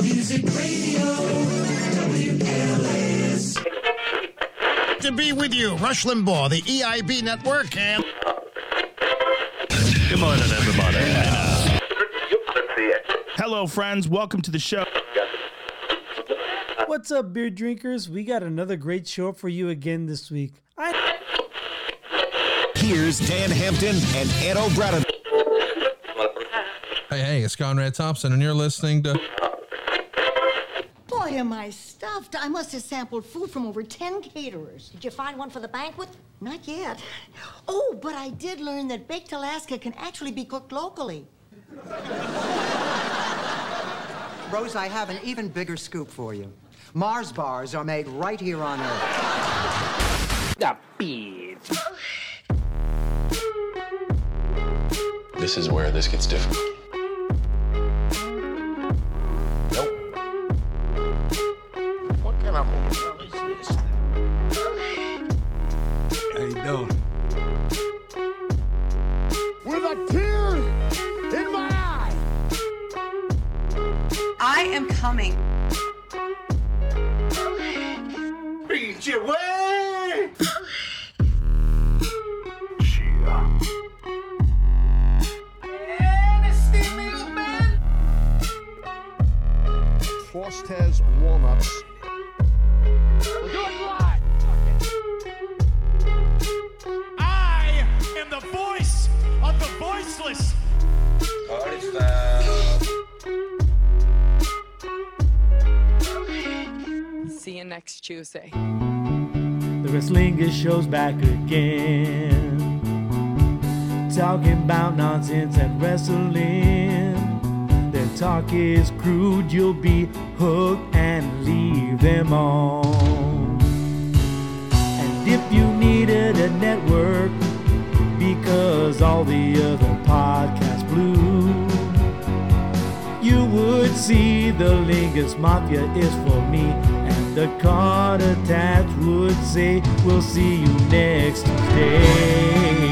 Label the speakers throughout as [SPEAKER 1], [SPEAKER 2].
[SPEAKER 1] Classic Radio, WLAS.
[SPEAKER 2] to be with you. Rush Limbaugh, the EIB network, and
[SPEAKER 3] Good morning, everybody.
[SPEAKER 4] Hello, friends. Welcome to the show.
[SPEAKER 5] What's up, beer drinkers? We got another great show for you again this week. I
[SPEAKER 6] Here's Dan Hampton and Ed O'Brien.
[SPEAKER 7] Hey, hey, it's Conrad Thompson, and you're listening to.
[SPEAKER 8] Boy, am I stuffed. I must have sampled food from over 10 caterers.
[SPEAKER 9] Did you find one for the banquet?
[SPEAKER 8] Not yet. Oh, but I did learn that baked Alaska can actually be cooked locally.
[SPEAKER 10] Rose, I have an even bigger scoop for you. Mars bars are made right here on Earth.
[SPEAKER 11] This is where this gets difficult.
[SPEAKER 12] I am coming.
[SPEAKER 4] I am the voice of the voiceless.
[SPEAKER 12] See you next Tuesday.
[SPEAKER 5] the wrestling is shows back again. Talking about nonsense and wrestling. Their talk is crude. You'll be hooked and leave them on. And if you needed a network, because all the other podcasts blew. You would see the Lingus Mafia is for me. And the card attached would say, We'll see you next Tuesday.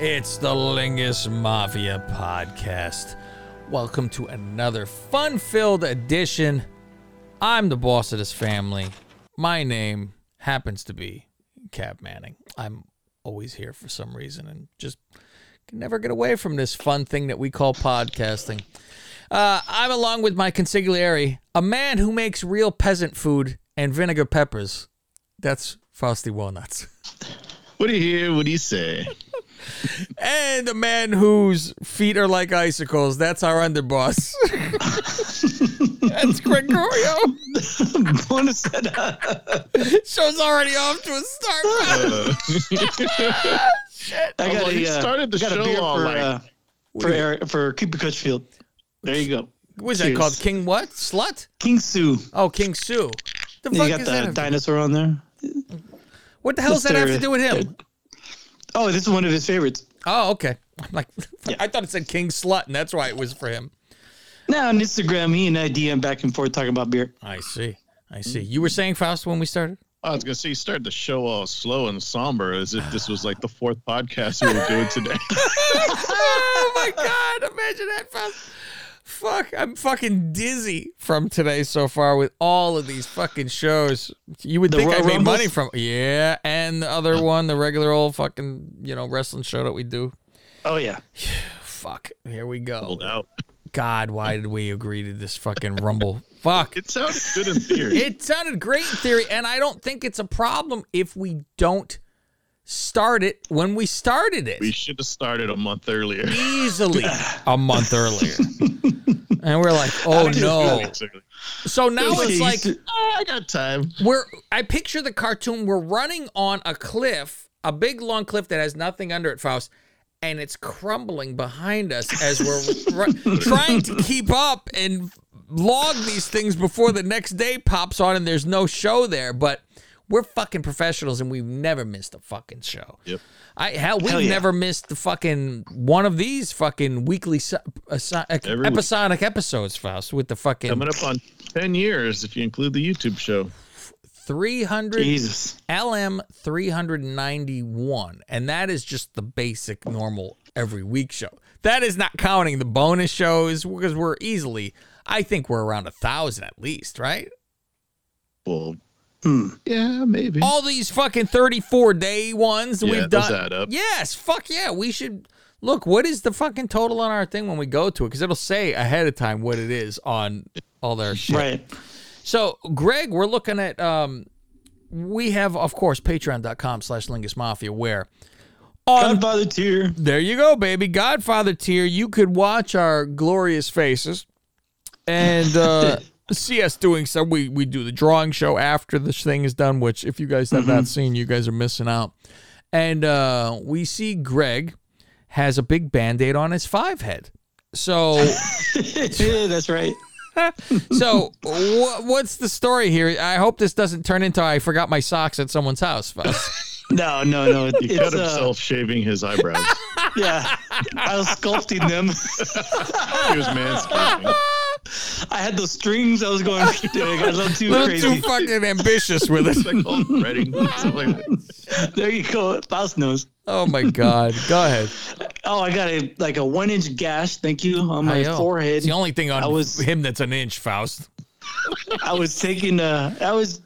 [SPEAKER 3] It's the Lingus Mafia podcast. Welcome to another fun-filled edition. I'm the boss of this family. My name happens to be Cab Manning. I'm always here for some reason and just can never get away from this fun thing that we call podcasting. Uh, I'm along with my consigliere, a man who makes real peasant food and vinegar peppers. That's Frosty Walnuts.
[SPEAKER 13] What do you hear? What do you say?
[SPEAKER 3] And a man whose feet are like icicles. That's our underboss. That's Gregorio.
[SPEAKER 13] Bonus that
[SPEAKER 3] Show's already off to a start.
[SPEAKER 13] I got
[SPEAKER 3] well,
[SPEAKER 13] a,
[SPEAKER 3] he
[SPEAKER 13] uh,
[SPEAKER 3] started the
[SPEAKER 13] got
[SPEAKER 3] show
[SPEAKER 13] a beer
[SPEAKER 3] all
[SPEAKER 13] for,
[SPEAKER 3] like-
[SPEAKER 13] uh, for, Eric, for Cooper Crutchfield. There you go.
[SPEAKER 3] What is that
[SPEAKER 13] Cheers.
[SPEAKER 3] called? King what? Slut?
[SPEAKER 13] King Sue.
[SPEAKER 3] Oh, King Sue. The
[SPEAKER 13] You
[SPEAKER 3] fuck
[SPEAKER 13] got
[SPEAKER 3] is
[SPEAKER 13] the
[SPEAKER 3] that?
[SPEAKER 13] dinosaur on there.
[SPEAKER 3] what the hell does that have to
[SPEAKER 13] Mr.
[SPEAKER 3] do with him?
[SPEAKER 13] Oh, this is one of his favorites.
[SPEAKER 3] Oh, okay. I'm like, I thought it said King Slut, and that's why it was for him.
[SPEAKER 13] Now on Instagram, he and I DM back and forth talking about beer.
[SPEAKER 3] I see. I see. You were saying Faust when we started?
[SPEAKER 7] I was gonna say you started the show all slow and somber, as if this was like the fourth podcast we were doing today.
[SPEAKER 3] oh my god, imagine that fast. Fuck, I'm fucking dizzy from today so far with all of these fucking shows. You would
[SPEAKER 13] The
[SPEAKER 3] think
[SPEAKER 13] Royal
[SPEAKER 3] I made
[SPEAKER 13] Rumbles?
[SPEAKER 3] money from yeah, and the other one, the regular old fucking, you know, wrestling show that we do.
[SPEAKER 13] Oh yeah,
[SPEAKER 3] Fuck. Here we go.
[SPEAKER 7] Pulled out.
[SPEAKER 3] God, why did we agree to this fucking rumble? Fuck.
[SPEAKER 7] It sounded good in theory.
[SPEAKER 3] It sounded great in theory, and I don't think it's a problem if we don't start it when we started it.
[SPEAKER 7] we should have started a month earlier.
[SPEAKER 3] easily a month earlier. and we're like, oh no. So now it's like
[SPEAKER 7] Oh, I got time.
[SPEAKER 3] we're I picture the cartoon, we're running on a cliff, a big long cliff that has nothing under it, Faust, and it's crumbling behind us as we're ru- trying to keep up and log these things before the next day pops on and there's no show there, but We're fucking professionals and we've never missed a fucking show.
[SPEAKER 7] Yep.
[SPEAKER 3] I hell, we've
[SPEAKER 13] Hell yeah.
[SPEAKER 3] never missed the fucking one of these fucking weekly so, assi-
[SPEAKER 7] Every week.
[SPEAKER 3] episodic episodes, Faust, with the fucking
[SPEAKER 7] Coming up on 10 years if you include the YouTube show.
[SPEAKER 3] 300
[SPEAKER 13] Jesus.
[SPEAKER 3] LM 391. And that is just the basic normal every week show. That is not counting the bonus shows because we're easily, I think we're around a thousand at least, right?
[SPEAKER 7] Well,
[SPEAKER 13] Hmm.
[SPEAKER 7] yeah, maybe.
[SPEAKER 13] Oh,
[SPEAKER 3] All these fucking 34 day ones that
[SPEAKER 7] Yeah,
[SPEAKER 3] we've
[SPEAKER 7] those
[SPEAKER 3] done.
[SPEAKER 7] add up.
[SPEAKER 3] Yes, fuck yeah. We should look, what is the fucking total on our thing when we go to it? Because it'll say ahead of time what it is on all their shit.
[SPEAKER 13] Right.
[SPEAKER 3] So, Greg, we're looking at um we have, of course, patreon.com slash Lingus Mafia where on
[SPEAKER 13] Godfather tier.
[SPEAKER 3] There you go, baby. Godfather tier. You could watch our glorious faces and uh, see us doing so. We we do the drawing show after this thing is done, which if you guys have
[SPEAKER 13] Mm-hmm.
[SPEAKER 3] not seen, you guys are missing out. And uh, we see Greg has a big band-aid on his five head. So
[SPEAKER 13] yeah, that's right.
[SPEAKER 3] so wha what's the story here? I hope this doesn't turn into I forgot my socks at someone's house. Fuss.
[SPEAKER 13] No, no, no.
[SPEAKER 7] He
[SPEAKER 13] it's,
[SPEAKER 7] cut
[SPEAKER 13] uh,
[SPEAKER 7] himself shaving his eyebrows.
[SPEAKER 13] yeah. I was sculpting them.
[SPEAKER 7] he was manscaping.
[SPEAKER 13] I had those strings. I was going. I got a little too
[SPEAKER 3] A little
[SPEAKER 13] crazy.
[SPEAKER 3] too fucking ambitious with
[SPEAKER 7] It's
[SPEAKER 3] it.
[SPEAKER 7] like called threading. Something like that.
[SPEAKER 13] there you go. Faust knows.
[SPEAKER 3] Oh my god. Go ahead.
[SPEAKER 13] Oh, I got a like a one inch gash. Thank you on my
[SPEAKER 3] Ayo.
[SPEAKER 13] forehead.
[SPEAKER 3] It's the only thing on
[SPEAKER 13] I was-
[SPEAKER 3] him that's an inch, Faust.
[SPEAKER 13] I was taking uh I was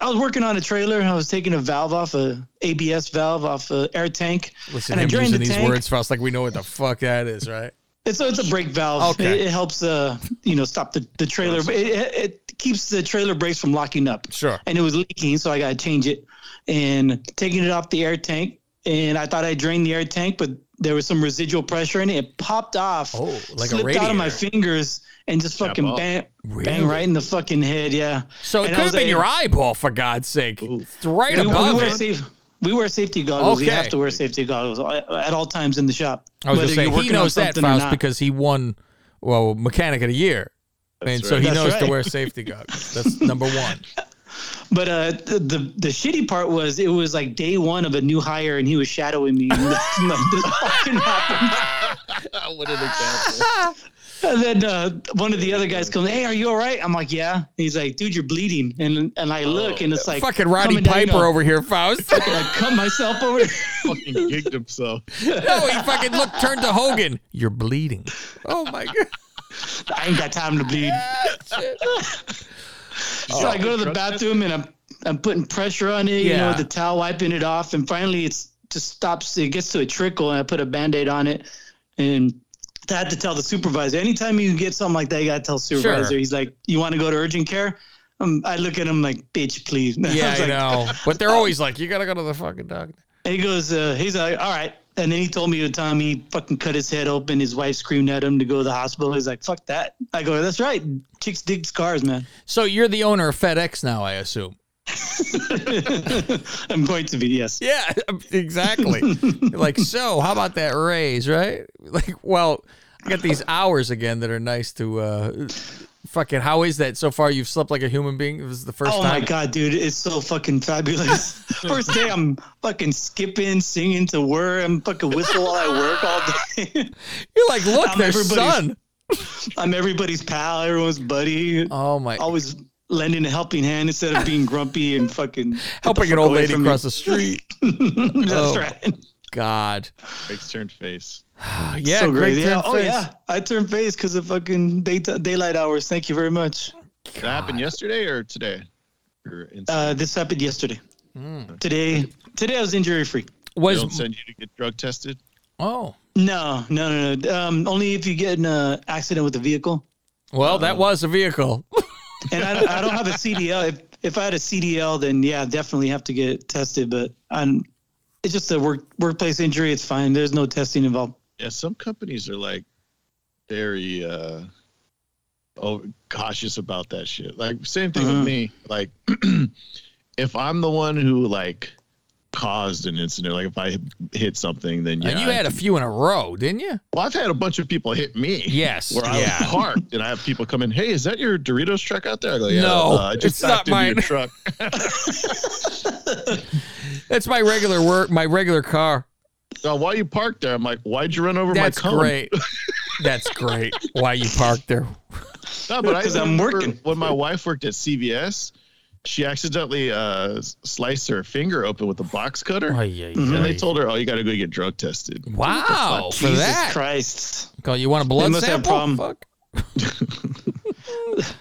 [SPEAKER 13] I was working on a trailer and I was taking a valve off a ABS valve off a air tank.
[SPEAKER 3] Listen,
[SPEAKER 13] and I
[SPEAKER 3] him
[SPEAKER 13] drained
[SPEAKER 3] using
[SPEAKER 13] the
[SPEAKER 3] these
[SPEAKER 13] tank.
[SPEAKER 3] words, Faust, like we know what the fuck that is, right?
[SPEAKER 13] It's, so it's a brake valve.
[SPEAKER 3] Okay.
[SPEAKER 13] It, it helps uh you know stop the, the trailer but it, it, it keeps the trailer brakes from locking up.
[SPEAKER 3] Sure.
[SPEAKER 13] And it was leaking, so I gotta change it. And taking it off the air tank and I thought I drained the air tank, but there was some residual pressure in it. It popped off.
[SPEAKER 3] Oh, like a
[SPEAKER 13] slipped out of my
[SPEAKER 3] radiator.
[SPEAKER 13] fingers and just
[SPEAKER 7] Snap
[SPEAKER 13] fucking
[SPEAKER 7] off.
[SPEAKER 13] bang,
[SPEAKER 3] Really?
[SPEAKER 13] bang right in the fucking head. Yeah.
[SPEAKER 3] So it
[SPEAKER 13] And
[SPEAKER 3] could
[SPEAKER 13] I
[SPEAKER 3] have
[SPEAKER 13] was
[SPEAKER 3] been
[SPEAKER 13] like-
[SPEAKER 3] your eyeball, for God's sake. It's right
[SPEAKER 13] we, we
[SPEAKER 3] above
[SPEAKER 13] wear
[SPEAKER 3] it.
[SPEAKER 13] safe- we wear safety goggles. We
[SPEAKER 3] Okay.
[SPEAKER 13] have to wear safety goggles at all times in the shop.
[SPEAKER 3] I was going
[SPEAKER 13] whether
[SPEAKER 3] to say,
[SPEAKER 13] you're
[SPEAKER 3] he
[SPEAKER 13] working
[SPEAKER 3] knows
[SPEAKER 13] on
[SPEAKER 3] that,
[SPEAKER 13] something or
[SPEAKER 3] Faust,
[SPEAKER 13] not.
[SPEAKER 3] because he won, well, Mechanic of the Year. and so
[SPEAKER 7] right.
[SPEAKER 3] he
[SPEAKER 13] That's
[SPEAKER 3] knows to
[SPEAKER 13] right.
[SPEAKER 3] wear safety goggles. That's number one.
[SPEAKER 13] But uh, the, the the shitty part was it was like day one of a new hire, and he was shadowing me. And this- this fucking happened.
[SPEAKER 7] What an example.
[SPEAKER 13] And then uh, one of the other guys comes, "Hey, are you all right?" I'm like, "Yeah." And he's like, "Dude, you're bleeding." And and I look, and it's like
[SPEAKER 3] Oh, Fucking Roddy
[SPEAKER 13] coming down, you
[SPEAKER 3] Piper
[SPEAKER 13] know,
[SPEAKER 3] over here, Faust.
[SPEAKER 13] I cut myself over.
[SPEAKER 7] Fucking gigged himself.
[SPEAKER 3] no, he fucking looked, turned to Hogan. You're bleeding. Oh my God.
[SPEAKER 13] I ain't got time to bleed. so I go to the bathroom and I'm I'm putting pressure on it, you know,
[SPEAKER 3] Yeah.
[SPEAKER 13] with the towel wiping it off, and finally it's just stops. It gets to a trickle, and I put a band-aid on it, and I had to tell the supervisor. Anytime you get something like that, you gotta tell the supervisor.
[SPEAKER 3] Sure.
[SPEAKER 13] He's like, "You want to go to urgent care?" Um, I look at him like, "Bitch, please." And I
[SPEAKER 3] Yeah,
[SPEAKER 13] was
[SPEAKER 3] I
[SPEAKER 13] like- oh.
[SPEAKER 3] know. But they're always like, you got to go to the fucking doctor.
[SPEAKER 13] And he goes, uh, "He's like, all right." And then he told me the time he fucking cut his head open. His wife screamed at him to go to the hospital. He's like, "Fuck that." I go, "That's right. Chicks dig scars, man."
[SPEAKER 3] So you're the owner of FedEx now, I assume.
[SPEAKER 13] I'm going to be yes.
[SPEAKER 3] Yeah, exactly. like, so how about that raise, right? Like, well, I got these hours again that are nice to uh fucking how is that so far you've slept like a human being? This is the first
[SPEAKER 13] Oh
[SPEAKER 3] time.
[SPEAKER 13] my god, dude, it's so fucking fabulous. First day, I'm fucking skipping, singing to work. I'm fucking whistle while I work all day.
[SPEAKER 3] You're like, look,
[SPEAKER 13] I'm
[SPEAKER 3] there's
[SPEAKER 13] everybody's-
[SPEAKER 3] sun.
[SPEAKER 13] I'm everybody's pal, everyone's buddy.
[SPEAKER 3] Oh my
[SPEAKER 13] Always lending a helping hand instead of being grumpy and fucking get the
[SPEAKER 3] helping an
[SPEAKER 13] fuck
[SPEAKER 3] old
[SPEAKER 13] away
[SPEAKER 3] lady
[SPEAKER 13] from
[SPEAKER 3] across
[SPEAKER 13] me.
[SPEAKER 3] the street.
[SPEAKER 13] That's
[SPEAKER 3] Oh.
[SPEAKER 13] right.
[SPEAKER 3] God.
[SPEAKER 7] Big turned face.
[SPEAKER 3] Yeah,
[SPEAKER 13] so great.
[SPEAKER 3] great
[SPEAKER 13] Yeah.
[SPEAKER 3] turn
[SPEAKER 13] Oh
[SPEAKER 3] face.
[SPEAKER 13] yeah, I turned face because of fucking day- daylight hours. Thank you very much.
[SPEAKER 7] That happened yesterday or today? Or incident?
[SPEAKER 13] Uh, this happened yesterday.
[SPEAKER 3] Hmm.
[SPEAKER 13] Today, today I was injury free.
[SPEAKER 7] they don't
[SPEAKER 3] Was
[SPEAKER 7] send you to get drug tested?
[SPEAKER 3] oh.
[SPEAKER 13] No, no, no, no. Um, only if you get in an accident with a vehicle.
[SPEAKER 3] Well, that was a vehicle.
[SPEAKER 13] And I, I don't have a CDL. If if I had a CDL, then yeah, definitely have to get tested. But I'm, it's just a work workplace injury. It's fine. There's no testing involved.
[SPEAKER 7] Yeah, some companies are like very uh oh cautious about that
[SPEAKER 3] Mm-hmm.
[SPEAKER 7] shit. Like same thing with me. Like if I'm the one who like caused an incident. Like if I hit something, then yeah.
[SPEAKER 3] and you had a few in a row, didn't you?
[SPEAKER 7] Well, I've had a bunch of people hit me.
[SPEAKER 3] Yes.
[SPEAKER 7] Where I
[SPEAKER 3] yeah.
[SPEAKER 7] was parked, and I have people come in. Hey, is that your Doritos truck out there? I go, yeah,
[SPEAKER 3] No,
[SPEAKER 7] uh, I just
[SPEAKER 3] it's
[SPEAKER 7] backed
[SPEAKER 3] not
[SPEAKER 7] into
[SPEAKER 3] mine."
[SPEAKER 7] Your truck.
[SPEAKER 3] That's my regular work, my regular car.
[SPEAKER 7] So why you parked there? I'm like, why'd you run over
[SPEAKER 3] That's
[SPEAKER 7] my cone?
[SPEAKER 3] great. That's great. Why you parked there?
[SPEAKER 7] No, but I
[SPEAKER 13] 'Cause I'm
[SPEAKER 7] remember
[SPEAKER 13] working.
[SPEAKER 7] When my wife worked at CVS, she accidentally uh, s- sliced her finger open with a box cutter.
[SPEAKER 3] Ay, ay,
[SPEAKER 13] Mm-hmm.
[SPEAKER 7] And they
[SPEAKER 3] ay.
[SPEAKER 7] told her, "Oh, you got to go get drug tested."
[SPEAKER 3] Wow, for
[SPEAKER 13] Jesus
[SPEAKER 3] that.
[SPEAKER 13] Christ.
[SPEAKER 3] Go, You want a blood
[SPEAKER 13] must have
[SPEAKER 3] sample?
[SPEAKER 13] problem.
[SPEAKER 3] Fuck.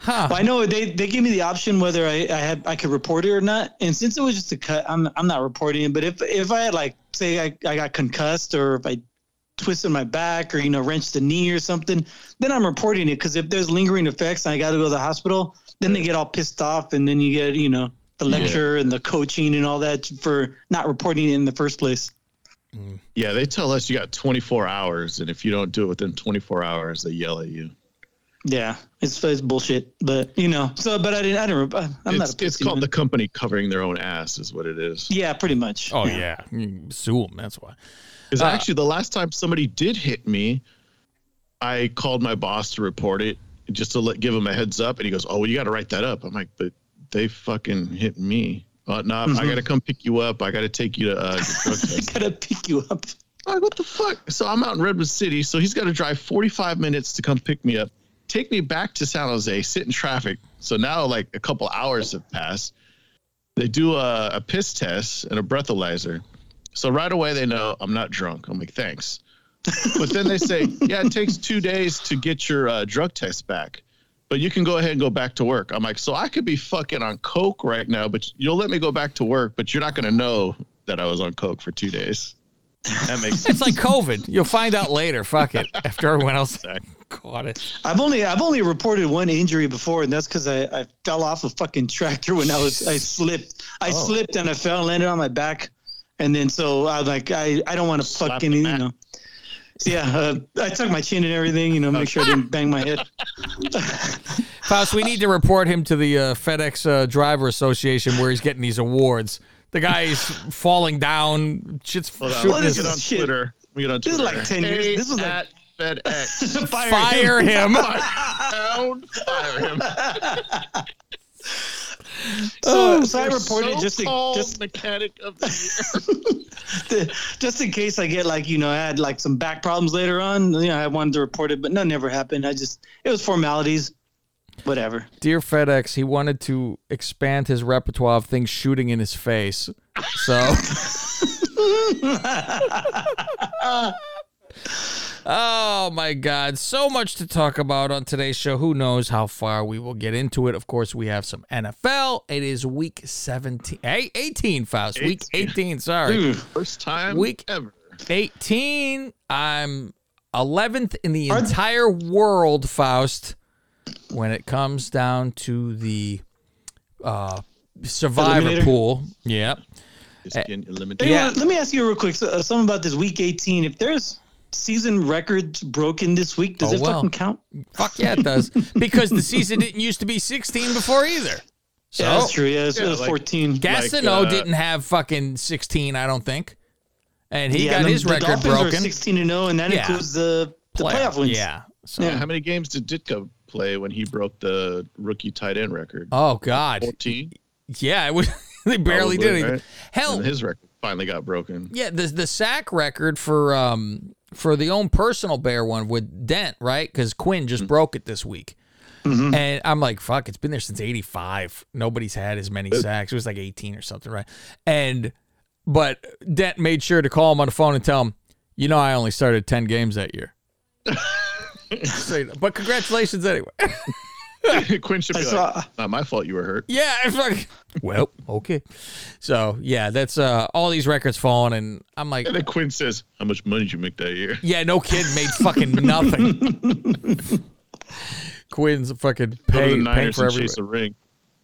[SPEAKER 3] huh.
[SPEAKER 13] Well, I know they, they gave me the option whether I, I had I could report it or not. And since it was just a cut, I'm I'm not reporting it. But if if I had like say I, I got concussed or if I twisted my back or you know wrenched the knee or something, then I'm reporting it because if there's lingering effects and I got to go to the hospital, then they get all pissed off and then you get you know the lecture and the coaching and all that for not reporting it in the first place.
[SPEAKER 7] Yeah, they tell us you got 24 hours, and if you don't do it within 24 hours, they yell at you.
[SPEAKER 13] Yeah, it's it's bullshit. But you know, so but I didn't I didn't. rep- I'm
[SPEAKER 7] it's
[SPEAKER 13] not. a
[SPEAKER 7] it's
[SPEAKER 13] pussy,
[SPEAKER 7] called
[SPEAKER 13] man.
[SPEAKER 7] the company covering their own ass, is what it is.
[SPEAKER 13] Yeah, pretty much.
[SPEAKER 3] Oh yeah, You sue him. That's why.
[SPEAKER 7] Because actually, the last time somebody did hit me, I called my boss to report it just to let, give him a heads up. And he goes, Oh, well, you got to write that up. I'm like, But they fucking hit me. Uh, no, I got to come pick you up. I got to take you to uh, the drug test.
[SPEAKER 13] gotta pick you up.
[SPEAKER 7] I'm like, what the fuck? So I'm out in Redwood City. So he's got to drive 45 minutes to come pick me up, take me back to San Jose, sit in traffic. So now, like, a couple hours have passed. They do a, a piss test and a breathalyzer. So right away, they know I'm not drunk. I'm like, thanks. But then they say, yeah, it takes two days to get your uh, drug test back, but you can go ahead and go back to work. I'm like, so I could be fucking on Coke right now, but you'll let me go back to work, but you're not going to know that I was on Coke for two days. That makes sense.
[SPEAKER 3] It's like COVID. You'll find out later. Fuck it. After everyone else caught it.
[SPEAKER 13] I've only I've only reported one injury before, and that's because I, I fell off a fucking tractor when I was I slipped
[SPEAKER 7] Oh.
[SPEAKER 13] I slipped and I fell and landed on my back, and then so I was like I, I don't want to
[SPEAKER 7] Slapped
[SPEAKER 13] fucking
[SPEAKER 7] the
[SPEAKER 13] you
[SPEAKER 7] mat.
[SPEAKER 13] know. So, yeah, uh, I took my chin and everything, you know, make sure I didn't bang my head.
[SPEAKER 3] Faust, we need to report him to the uh, FedEx uh, Driver Association where he's getting these awards. The guy's falling down. Shit's
[SPEAKER 7] Hold on.
[SPEAKER 3] shooting
[SPEAKER 13] What
[SPEAKER 7] Let me
[SPEAKER 13] is
[SPEAKER 3] his
[SPEAKER 7] get on
[SPEAKER 13] shit?
[SPEAKER 7] Twitter. Let me get on
[SPEAKER 13] This
[SPEAKER 7] Twitter.
[SPEAKER 13] is like 10 years- this was like-
[SPEAKER 7] at FedEx.
[SPEAKER 13] Fire.
[SPEAKER 3] fire him.
[SPEAKER 7] Don't fire him.
[SPEAKER 13] So, so I
[SPEAKER 7] Your
[SPEAKER 13] reported just to,
[SPEAKER 7] so-called
[SPEAKER 13] just
[SPEAKER 7] mechanic of the year.
[SPEAKER 13] to, just in case I get like you know I had like some back problems later on. You know I wanted to report it, but no, never happened. I just it was formalities, whatever.
[SPEAKER 3] Dear FedEx, he wanted to expand his repertoire of things shooting in his face. So. oh my God. So much to talk about on today's show. Who knows how far we will get into it? Of course, we have some NFL. It is week 17, eh, 18, Faust. Week 18, sorry.
[SPEAKER 7] First time
[SPEAKER 3] Week-
[SPEAKER 7] ever.
[SPEAKER 3] 18. I'm 11th in the entire world, Faust, when it comes down to the uh, survivor
[SPEAKER 13] Eliminator?
[SPEAKER 3] pool. Yeah.
[SPEAKER 7] It's getting eliminated.
[SPEAKER 13] Hey,
[SPEAKER 3] Yeah.
[SPEAKER 13] well, let me ask you real quick so, uh, something about this week 18. If there's season records broken this week, does
[SPEAKER 3] Oh,
[SPEAKER 13] it
[SPEAKER 3] well.
[SPEAKER 13] fucking count?
[SPEAKER 3] Fuck yeah, it does. because the season didn't used to be 16 before either. So
[SPEAKER 13] Yeah, that's true. Yeah, it's,
[SPEAKER 7] Yeah,
[SPEAKER 13] it was
[SPEAKER 7] like-
[SPEAKER 13] 14.
[SPEAKER 3] Gastineau
[SPEAKER 7] Like, uh,
[SPEAKER 3] didn't have fucking 16, I don't think. And he
[SPEAKER 13] yeah,
[SPEAKER 3] got
[SPEAKER 13] the-
[SPEAKER 3] his
[SPEAKER 13] the
[SPEAKER 3] record
[SPEAKER 13] Dolphins are
[SPEAKER 3] broken.
[SPEAKER 13] 16 and 0, and that
[SPEAKER 3] Yeah.
[SPEAKER 13] includes the, the playoff wins.
[SPEAKER 3] Yeah. So,
[SPEAKER 7] Yeah, How many games did Ditka play when he broke the rookie tight end record?
[SPEAKER 3] Oh God.
[SPEAKER 7] 14.
[SPEAKER 3] Yeah, it was. they
[SPEAKER 7] Probably,
[SPEAKER 3] barely did anything.
[SPEAKER 7] right?
[SPEAKER 3] Hell,
[SPEAKER 7] And his record finally got broken.
[SPEAKER 3] Yeah, the the sack record for um for the own personal bear one with Dent, right? Because Quinn just broke it this week. And I'm like, fuck, it's been there since 85. Nobody's had as many sacks. It was like 18 or something, right? And but Dent made sure to call him on the phone and tell him, you know, I only started 10 games that year. So, you know, but congratulations anyway.
[SPEAKER 7] Quinn should be
[SPEAKER 13] I
[SPEAKER 7] like,
[SPEAKER 13] saw-
[SPEAKER 7] not my fault you were hurt.
[SPEAKER 3] Yeah, it's like, well, okay. So yeah, that's uh all these records falling, and I'm like,
[SPEAKER 7] And then Quinn says, how much money did you make that year?
[SPEAKER 3] Yeah, no kid made fucking nothing. Quinn's fucking
[SPEAKER 7] Go to
[SPEAKER 3] pay,
[SPEAKER 7] the
[SPEAKER 3] paying
[SPEAKER 7] Niners
[SPEAKER 3] for
[SPEAKER 7] and
[SPEAKER 3] everything.
[SPEAKER 7] chase the ring.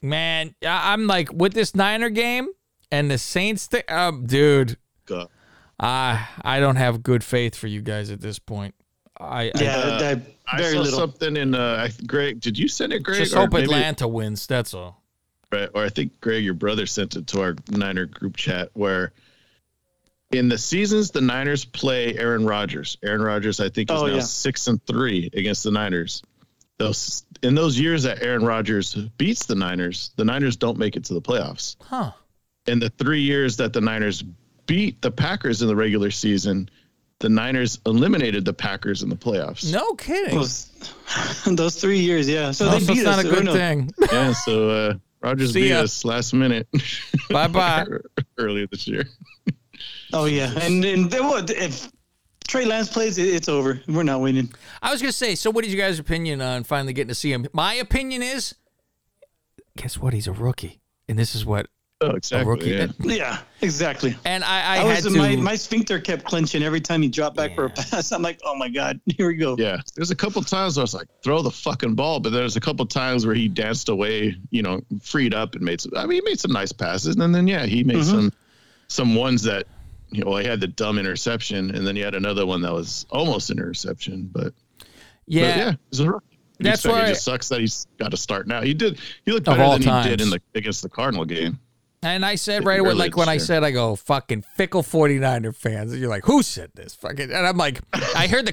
[SPEAKER 3] Man, I- I'm like with this Niner game and the Saints thing. Um, dude,
[SPEAKER 7] God.
[SPEAKER 3] I I don't have good faith for you guys at this point. I,
[SPEAKER 13] Yeah, that-
[SPEAKER 7] uh, I
[SPEAKER 13] very
[SPEAKER 7] saw
[SPEAKER 13] little.
[SPEAKER 7] something in uh, I- Greg. Did you send it,
[SPEAKER 3] I
[SPEAKER 7] Greg?
[SPEAKER 3] just
[SPEAKER 7] Or
[SPEAKER 3] hope
[SPEAKER 7] maybe-
[SPEAKER 3] Atlanta wins. That's all.
[SPEAKER 7] right? Or I think Greg, your brother, sent it to our Niner group chat where in the seasons the Niners play Aaron Rodgers. Aaron Rodgers, I think, is
[SPEAKER 13] Oh,
[SPEAKER 7] now
[SPEAKER 13] yeah.
[SPEAKER 7] six and three against the Niners. Those in those years that Aaron Rodgers beats the Niners, the Niners don't make it to the playoffs.
[SPEAKER 3] Huh.
[SPEAKER 7] In the three years that the Niners beat the Packers in the regular season, the Niners eliminated the Packers in the playoffs.
[SPEAKER 3] No kidding.
[SPEAKER 13] Those, those three years, yeah. So
[SPEAKER 3] Oh,
[SPEAKER 13] they
[SPEAKER 3] so
[SPEAKER 13] beat
[SPEAKER 3] it's not
[SPEAKER 13] us,
[SPEAKER 3] a good
[SPEAKER 13] no.
[SPEAKER 3] thing.
[SPEAKER 7] Yeah, so uh, Rogers
[SPEAKER 3] See
[SPEAKER 7] beat
[SPEAKER 3] ya.
[SPEAKER 7] us last minute.
[SPEAKER 3] Bye-bye.
[SPEAKER 7] Earlier this year.
[SPEAKER 13] Oh yeah, and and they would if Trey Lance plays, it, it's over. We're not winning.
[SPEAKER 3] I was gonna say. So, what is your guys' opinion on finally getting to see him? My opinion is, guess what? He's a rookie, and this is what
[SPEAKER 7] Oh, exactly.
[SPEAKER 3] a rookie.
[SPEAKER 7] yeah.
[SPEAKER 13] Yeah, exactly.
[SPEAKER 3] And I, I,
[SPEAKER 13] I, was
[SPEAKER 3] had to.
[SPEAKER 13] my, my sphincter kept clenching every time he dropped back for a pass. I'm like, oh my god, here we go.
[SPEAKER 7] Yeah. There's a couple times where I was like, throw the fucking ball, but there's a couple times where he danced away, you know, freed up and made some I mean he made some nice passes and then yeah, he made
[SPEAKER 3] Mm-hmm.
[SPEAKER 13] Mhm.
[SPEAKER 7] some some ones that you know, well, he had the dumb interception and then he had another one that was almost an interception, but
[SPEAKER 3] yeah,
[SPEAKER 7] But yeah, he's a rookie. You
[SPEAKER 3] That's
[SPEAKER 7] expect-
[SPEAKER 3] why-
[SPEAKER 7] it just sucks that he's got to start now. He did. He looked
[SPEAKER 3] Of
[SPEAKER 7] better
[SPEAKER 3] all
[SPEAKER 7] than
[SPEAKER 3] times.
[SPEAKER 7] he did in the against the Cardinal game.
[SPEAKER 3] And I said
[SPEAKER 7] Did
[SPEAKER 3] right away,
[SPEAKER 7] earlier
[SPEAKER 3] like when
[SPEAKER 7] this
[SPEAKER 3] I
[SPEAKER 7] year.
[SPEAKER 3] said, I go, fucking fickle 49er fans. And you're like, who said this? Fucking. And I'm like, I heard the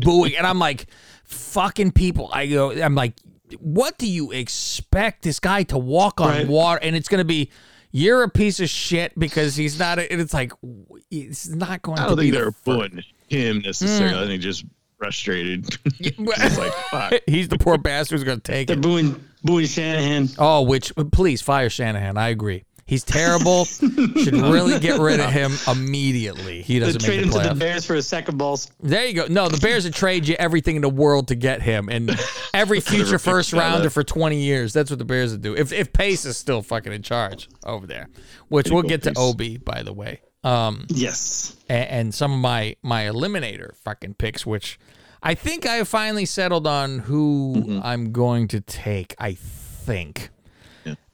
[SPEAKER 3] booing. And I'm like, fucking people. I go, I'm like, what do you expect this guy to walk on
[SPEAKER 13] Right.
[SPEAKER 3] water? And it's going to be, you're a piece of shit because he's not, a, and it's like, w- it's not going
[SPEAKER 7] I
[SPEAKER 3] to
[SPEAKER 7] don't
[SPEAKER 3] be.
[SPEAKER 7] think
[SPEAKER 3] the
[SPEAKER 7] they're
[SPEAKER 3] fir- Mm.
[SPEAKER 7] booing him necessarily. I think just frustrated. Just like fuck.
[SPEAKER 3] He's the poor bastard who's going to take
[SPEAKER 13] They're
[SPEAKER 3] it.
[SPEAKER 13] booing booing Shanahan.
[SPEAKER 3] Oh, which please fire Shanahan. I agree. He's terrible. Should really get rid of him immediately. He
[SPEAKER 13] They
[SPEAKER 3] doesn't
[SPEAKER 13] trade him
[SPEAKER 3] make the
[SPEAKER 13] to the
[SPEAKER 3] playoffs.
[SPEAKER 13] Bears for a sack of balls.
[SPEAKER 3] there you go. No, the Bears would trade you everything in the world to get him, and every future first
[SPEAKER 7] about
[SPEAKER 3] rounder
[SPEAKER 7] that.
[SPEAKER 3] for twenty years. That's what the Bears would do. If if Pace is still fucking in charge over there, which we'll
[SPEAKER 7] go,
[SPEAKER 3] get
[SPEAKER 7] Pace.
[SPEAKER 3] to OB by the way. Um,
[SPEAKER 13] Yes.
[SPEAKER 3] and, and some of my my eliminator fucking picks, which I think I finally settled on who
[SPEAKER 13] Mm-hmm.
[SPEAKER 3] I'm going to take. I think.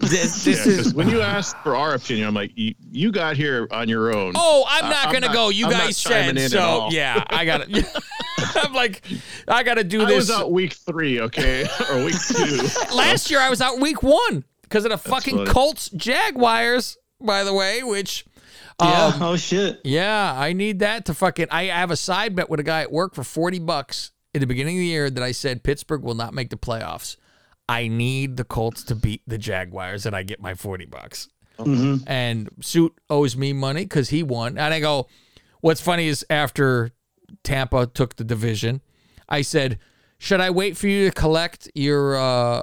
[SPEAKER 3] This, this
[SPEAKER 7] Yeah,
[SPEAKER 3] is
[SPEAKER 7] 'cause when you asked for our opinion, I'm like, you, you got here on your own.
[SPEAKER 3] Oh, I'm
[SPEAKER 7] I-
[SPEAKER 3] not
[SPEAKER 7] I'm
[SPEAKER 3] gonna
[SPEAKER 7] not-
[SPEAKER 3] go. You
[SPEAKER 7] I'm not
[SPEAKER 3] guys
[SPEAKER 7] chiming
[SPEAKER 3] said
[SPEAKER 7] in at
[SPEAKER 3] so.
[SPEAKER 7] all.
[SPEAKER 3] Yeah, I got to I'm like, I got to do
[SPEAKER 7] I
[SPEAKER 3] this.
[SPEAKER 7] was out week three, okay, or week two.
[SPEAKER 3] Last year I was out week one because of the fucking
[SPEAKER 7] funny.
[SPEAKER 3] Colts Jaguars. By the way, which
[SPEAKER 13] Yeah.
[SPEAKER 3] um,
[SPEAKER 13] oh shit.
[SPEAKER 3] yeah, I need that to fucking. I have a side bet with a guy at work for forty bucks at the beginning of the year that I said Pittsburgh will not make the playoffs. I need the Colts to beat the Jaguars, and I get my forty bucks.
[SPEAKER 13] Mhm.
[SPEAKER 3] and suit owes me money because he won. And I go, what's funny is after Tampa took the division, I said, should I wait for you to collect your uh,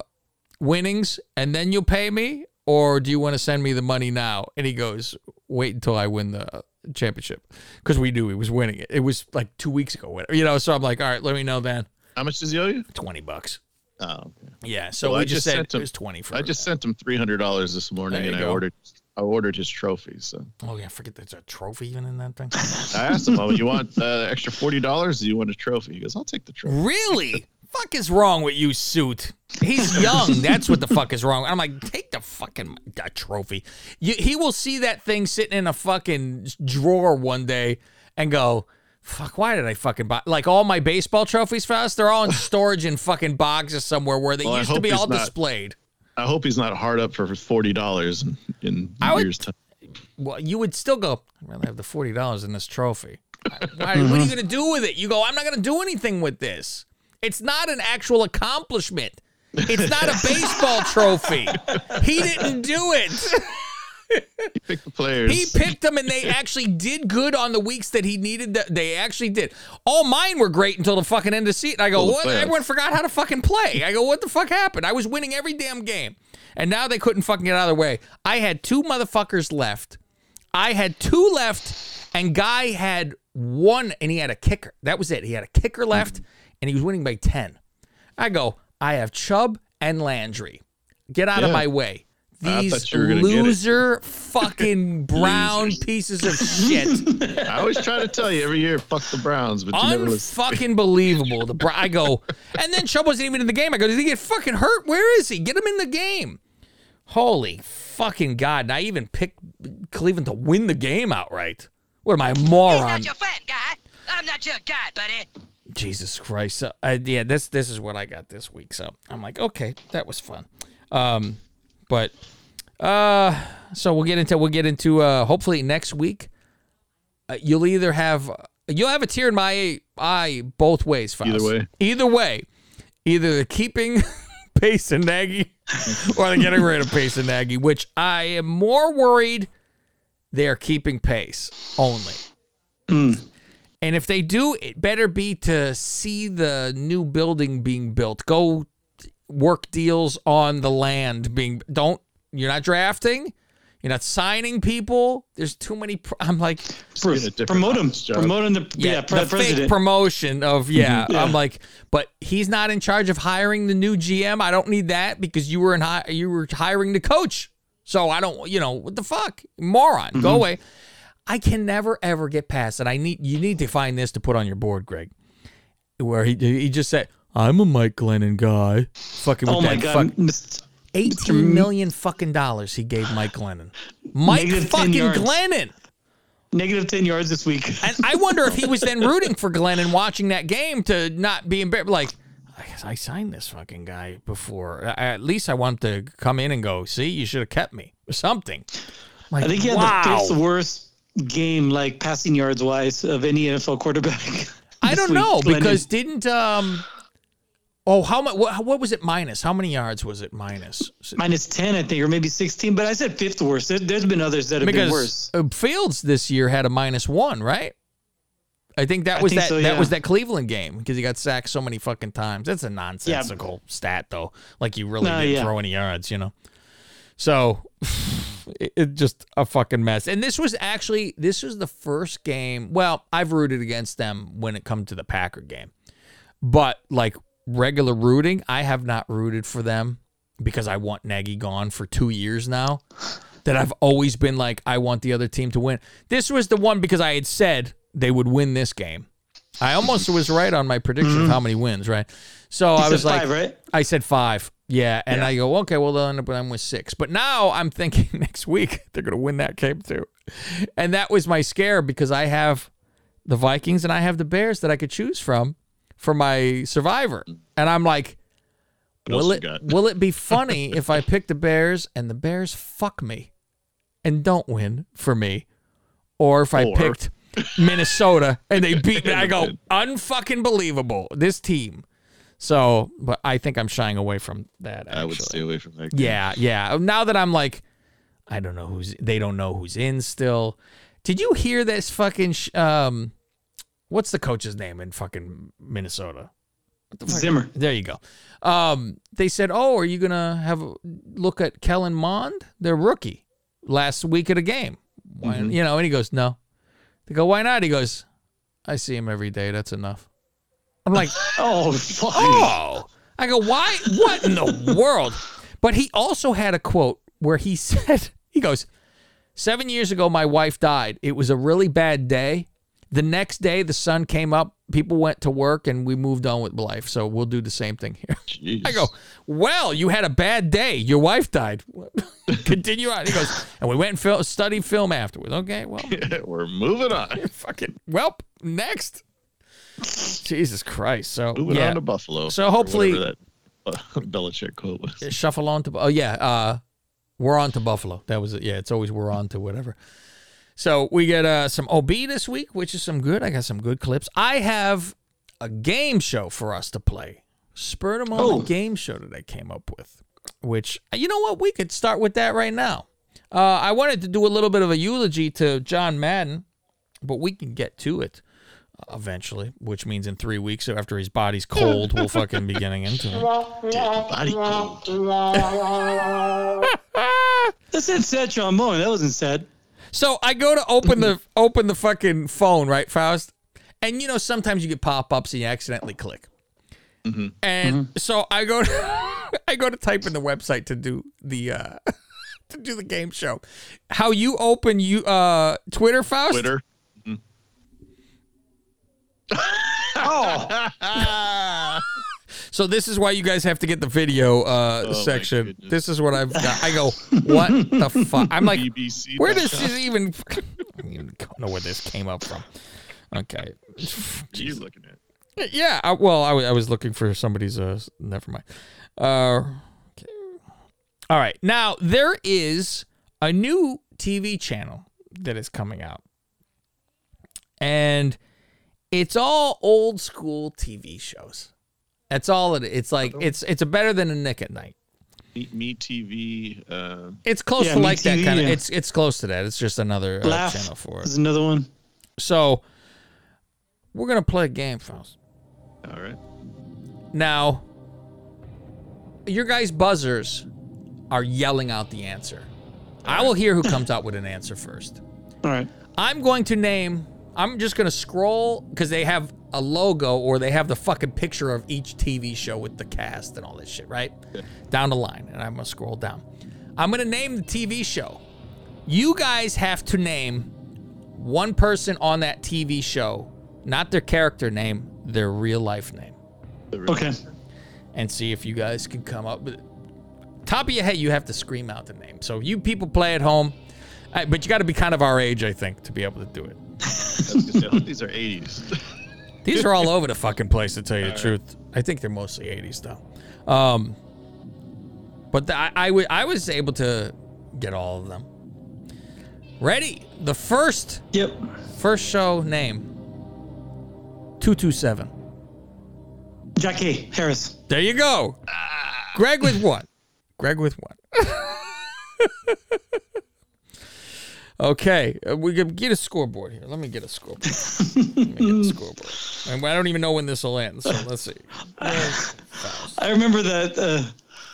[SPEAKER 3] winnings and then you'll pay me, or do you want to send me the money now? And he goes, wait until I win the championship because we knew he was winning it. It was like two weeks ago, whatever, you know. So I'm like, all right, let me know then.
[SPEAKER 7] How much does he owe you?
[SPEAKER 3] Twenty bucks.
[SPEAKER 7] Oh, okay.
[SPEAKER 3] Yeah. So
[SPEAKER 7] Well,
[SPEAKER 3] we
[SPEAKER 7] I
[SPEAKER 3] just
[SPEAKER 7] just
[SPEAKER 3] said
[SPEAKER 7] sent
[SPEAKER 3] it
[SPEAKER 7] him-
[SPEAKER 3] was twenty for.
[SPEAKER 7] I just sent him three hundred dollars this morning,
[SPEAKER 3] There you
[SPEAKER 7] and I
[SPEAKER 3] go.
[SPEAKER 7] ordered I ordered his trophy. So
[SPEAKER 3] Oh yeah, I forget there's a trophy even in that thing.
[SPEAKER 7] I asked him, "Oh, you want uh, extra forty dollars? Do you want a trophy?" He goes, "I'll take the trophy."
[SPEAKER 3] Really? fuck is wrong with you, suit? He's young. That's what the fuck is wrong. I'm like, take the fucking that trophy. You, he will see that thing sitting in a fucking drawer one day and go, fuck, why did I fucking buy? Like all my baseball trophies for us, they're all in storage in fucking boxes somewhere where they
[SPEAKER 7] Well, I
[SPEAKER 3] used to
[SPEAKER 7] hope
[SPEAKER 3] be
[SPEAKER 7] he's
[SPEAKER 3] all
[SPEAKER 7] not-
[SPEAKER 3] displayed.
[SPEAKER 7] I hope he's not hard up for forty dollars in, in
[SPEAKER 3] I would-
[SPEAKER 7] years time.
[SPEAKER 3] Well, you would still go, I'd rather have the forty dollars in this trophy. Why, what are you gonna do with it? You go, I'm not gonna do anything with this. It's not an actual accomplishment. It's not a baseball trophy. He didn't do it.
[SPEAKER 7] Pick the players.
[SPEAKER 3] He picked them, and they actually did good on the weeks that he needed. That they actually did. All mine were great until the fucking end of the season. I go,
[SPEAKER 7] Until the
[SPEAKER 3] what?
[SPEAKER 7] playoffs.
[SPEAKER 3] Everyone forgot how to fucking play. I go, what the fuck happened? I was winning every damn game, and now they couldn't fucking get out of the way. I had two motherfuckers left. I had two left, and guy had one, and he had a kicker. That was it. He had a kicker left, and he was winning by ten. I go, I have Chubb and Landry. Get out of
[SPEAKER 7] Yeah.
[SPEAKER 3] my way.
[SPEAKER 7] I
[SPEAKER 3] These
[SPEAKER 7] thought you were gonna get it.
[SPEAKER 3] loser fucking brown pieces of shit.
[SPEAKER 7] I always try to tell you every year, fuck the Browns, but you never listen.
[SPEAKER 3] Unfucking believable. The Bro- I go, and then Chubb wasn't even in the game. I go, did he get fucking hurt? Where is he? Get him in the game. Holy fucking god! And I even picked Cleveland to win the game outright. What am I, a moron?
[SPEAKER 12] friend, guy. I'm not your guy, buddy.
[SPEAKER 3] Jesus Christ! So, uh, yeah, this this is what I got this week. So I'm like, okay, that was fun. Um, but Uh, so we'll get into we'll get into uh, hopefully next week. Uh, you'll either have you'll have a tear in my eye both ways. Files.
[SPEAKER 7] Either way.
[SPEAKER 3] either way, either they're keeping Pace and Nagy, or they're getting rid of Pace and Nagy. Which I am more worried they are keeping Pace only. And if they do, it better be to see the new building being built. Go work deals on the land being don't you're not drafting, you're not signing people. There's too many pr- I'm like
[SPEAKER 13] Pro-
[SPEAKER 7] get a different
[SPEAKER 13] promote him.
[SPEAKER 7] office job.
[SPEAKER 13] Promote him to yeah,
[SPEAKER 3] yeah,
[SPEAKER 13] pre-
[SPEAKER 3] the fake
[SPEAKER 13] president. Mm-hmm.
[SPEAKER 3] promotion of yeah,
[SPEAKER 13] Yeah.
[SPEAKER 3] I'm like but he's not in charge of hiring the new GM. I don't need that because you were in hi- you were hiring the coach. So I don't you know what the fuck? Moron.
[SPEAKER 13] Mm-hmm.
[SPEAKER 3] Go away. I can never ever get past it. I need you need to find this to put on your board, Greg. Where he he just said, "I'm a Mike Glennon guy." Fucking with
[SPEAKER 13] oh
[SPEAKER 3] that
[SPEAKER 13] my god.
[SPEAKER 3] fuck-
[SPEAKER 13] Mr.
[SPEAKER 3] eighteen million fucking dollars he gave Mike Glennon. Mike
[SPEAKER 13] Negative 10
[SPEAKER 3] fucking
[SPEAKER 13] yards.
[SPEAKER 3] Glennon.
[SPEAKER 13] Negative ten yards this week.
[SPEAKER 3] And I wonder if he was then rooting for Glennon watching that game to not be embarrassed. Like, I guess I signed this fucking guy before. I- At least I want to come in and go, see, you should have kept me or something. Like,
[SPEAKER 13] I think he had
[SPEAKER 3] wow.
[SPEAKER 13] the fifth worst game, like passing yards wise, of any NFL quarterback.
[SPEAKER 3] I
[SPEAKER 13] this
[SPEAKER 3] don't
[SPEAKER 13] week,
[SPEAKER 3] know
[SPEAKER 13] Glennon.
[SPEAKER 3] because didn't um oh how much what, what was it minus how many yards was it minus
[SPEAKER 13] minus ten, I think, or maybe sixteen. But I said fifth worst. There, there's been others that have been
[SPEAKER 3] because
[SPEAKER 13] worse.
[SPEAKER 3] uh, Fields this year had a minus one right I think that
[SPEAKER 13] I
[SPEAKER 3] was
[SPEAKER 13] think
[SPEAKER 3] that
[SPEAKER 13] so,
[SPEAKER 3] that
[SPEAKER 13] yeah.
[SPEAKER 3] was that Cleveland game because he got sacked so many fucking times that's a nonsensical stat though like you really
[SPEAKER 13] No,
[SPEAKER 3] didn't
[SPEAKER 13] yeah.
[SPEAKER 3] throw any yards you know so it, it just a fucking mess and this was actually this was the first game well I've rooted against them when it come to the Packer game but like regular rooting, I have not rooted for them because I want Nagy gone for two years now. That I've always been like, I want the other team to win. This was the one because I had said they would win this game. I almost was right on my prediction of how many wins, right? So I
[SPEAKER 13] Mm-hmm. said
[SPEAKER 3] was like,
[SPEAKER 13] five, right?
[SPEAKER 3] I said five. Yeah. And I go, okay, well, they'll end up I'm with six. But now I'm thinking next week they're going to win that game too. And that was my scare because I have the Vikings and I have the Bears that I could choose from for my survivor. And I'm like,
[SPEAKER 7] Mm. else
[SPEAKER 3] will
[SPEAKER 7] you
[SPEAKER 3] it
[SPEAKER 7] got?
[SPEAKER 3] will it be funny if I pick the Bears and the Bears fuck me and don't win for me? Or if I
[SPEAKER 7] Or-
[SPEAKER 3] picked Minnesota and they beat me, I go,
[SPEAKER 7] Good.
[SPEAKER 3] unfucking believable, this team. So, but I think I'm shying away from that. Actually.
[SPEAKER 7] I would stay away from that. game.
[SPEAKER 3] Yeah, yeah. Oh, Now that I'm like, I don't know who's. They don't know who's in still. Did you hear this fucking? Sh- um, what's the coach's name in fucking Minnesota?
[SPEAKER 13] Zimmer.
[SPEAKER 3] There you go. Um, they said, "Oh, are you gonna have a look at Kellen Mond, their rookie, last week of the game?" Why, You know, and he goes, "No." They go, "Why not?" He goes, "I see him every day. That's enough." I'm like,
[SPEAKER 13] Oh, fuck.
[SPEAKER 3] oh. I go, why? What in the world? But he also had a quote where he said, he goes, seven years ago, my wife died. It was a really bad day. The next day, the sun came up. People went to work and we moved on with life. So we'll do the same thing here.
[SPEAKER 7] Jeez.
[SPEAKER 3] I go, well, you had a bad day. Your wife died. Continue on. He goes, and we went and fil- studied film afterwards. Okay, well,
[SPEAKER 7] We're moving on.
[SPEAKER 3] fucking, welp, next. Jesus Christ. So,
[SPEAKER 7] Moving
[SPEAKER 3] yeah.
[SPEAKER 7] on to Buffalo.
[SPEAKER 3] So
[SPEAKER 7] or
[SPEAKER 3] hopefully-
[SPEAKER 7] whatever that uh, Belichick quote was.
[SPEAKER 3] shuffle on to oh yeah uh we're on to buffalo that was it yeah it's always we're on to whatever so we get uh some ob this week which is some good i got some good clips i have a game show for us to play spur of the moment game show that i came up with which uh, you know what we could start with that right now uh i wanted to do a little bit of a eulogy to john madden but we can get to it uh, eventually which means in three weeks so after his body's cold we'll fucking be getting into it
[SPEAKER 7] Body cold.
[SPEAKER 13] That said sad trombone. That wasn't sad.
[SPEAKER 3] So I go to open the open the fucking phone, right, Faust? And you know, sometimes you get pop ups and you accidentally click.
[SPEAKER 7] Mm-hmm.
[SPEAKER 3] And so I go to, I go to type in the website to do the uh to do the game show. How you open you uh Twitter, Faust?
[SPEAKER 7] Twitter.
[SPEAKER 3] So this is why you guys have to get the video uh
[SPEAKER 7] Oh, my
[SPEAKER 3] section.
[SPEAKER 7] goodness.
[SPEAKER 3] This is what I've got. I go, what the fuck? I'm like,
[SPEAKER 7] BBC.
[SPEAKER 3] where does this even? I don't even know where this came up from. Okay,
[SPEAKER 7] you looking at?
[SPEAKER 3] Yeah. I, well, I wa- I was looking for somebody's. Uh, s- never mind. Uh, okay. All right. Now, there is a new TV channel that is coming out. And it's all old school TV shows. That's all it it's like it's it's better than a Nick at Night.
[SPEAKER 7] Me, Me TV. Uh,
[SPEAKER 3] It's close
[SPEAKER 13] Yeah,
[SPEAKER 3] to like that
[SPEAKER 13] MeTV,
[SPEAKER 3] kind of
[SPEAKER 13] yeah.
[SPEAKER 3] it's it's close to that. It's just another uh,
[SPEAKER 13] Laugh
[SPEAKER 3] channel for it.
[SPEAKER 13] is another one.
[SPEAKER 3] So we're going to play a game, Faust.
[SPEAKER 7] all right.
[SPEAKER 3] Now, your guys' buzzers are yelling out the answer. I will hear who comes out with an answer first.
[SPEAKER 13] All right.
[SPEAKER 3] I'm going to name, I'm just going to scroll because they have a logo or they have the fucking picture of each TV show with the cast and all this shit, right? Down the line. And I'm going to scroll down. I'm going to name the TV show. You guys have to name one person on that TV show, not their character name, their real life name
[SPEAKER 13] Okay.
[SPEAKER 3] and see if you guys can come up with top of your head you have to scream out the name so you people play at home uh, but you got to be kind of our age i think to be able to do it
[SPEAKER 7] I was gonna say, I hope these are 80s.
[SPEAKER 3] these are all over the fucking place to tell you the truth i think they're mostly 80s though um but the, I, I, w- I was able to get all of them ready the first
[SPEAKER 13] Yep.
[SPEAKER 3] first show name 227
[SPEAKER 13] Jackie Harris.
[SPEAKER 3] there you go greg with what greg with what Okay, uh, we can get a scoreboard here. Let me get a scoreboard. Let me get a scoreboard. And I don't even know when this will end, so let's see.
[SPEAKER 13] I remember that. Uh,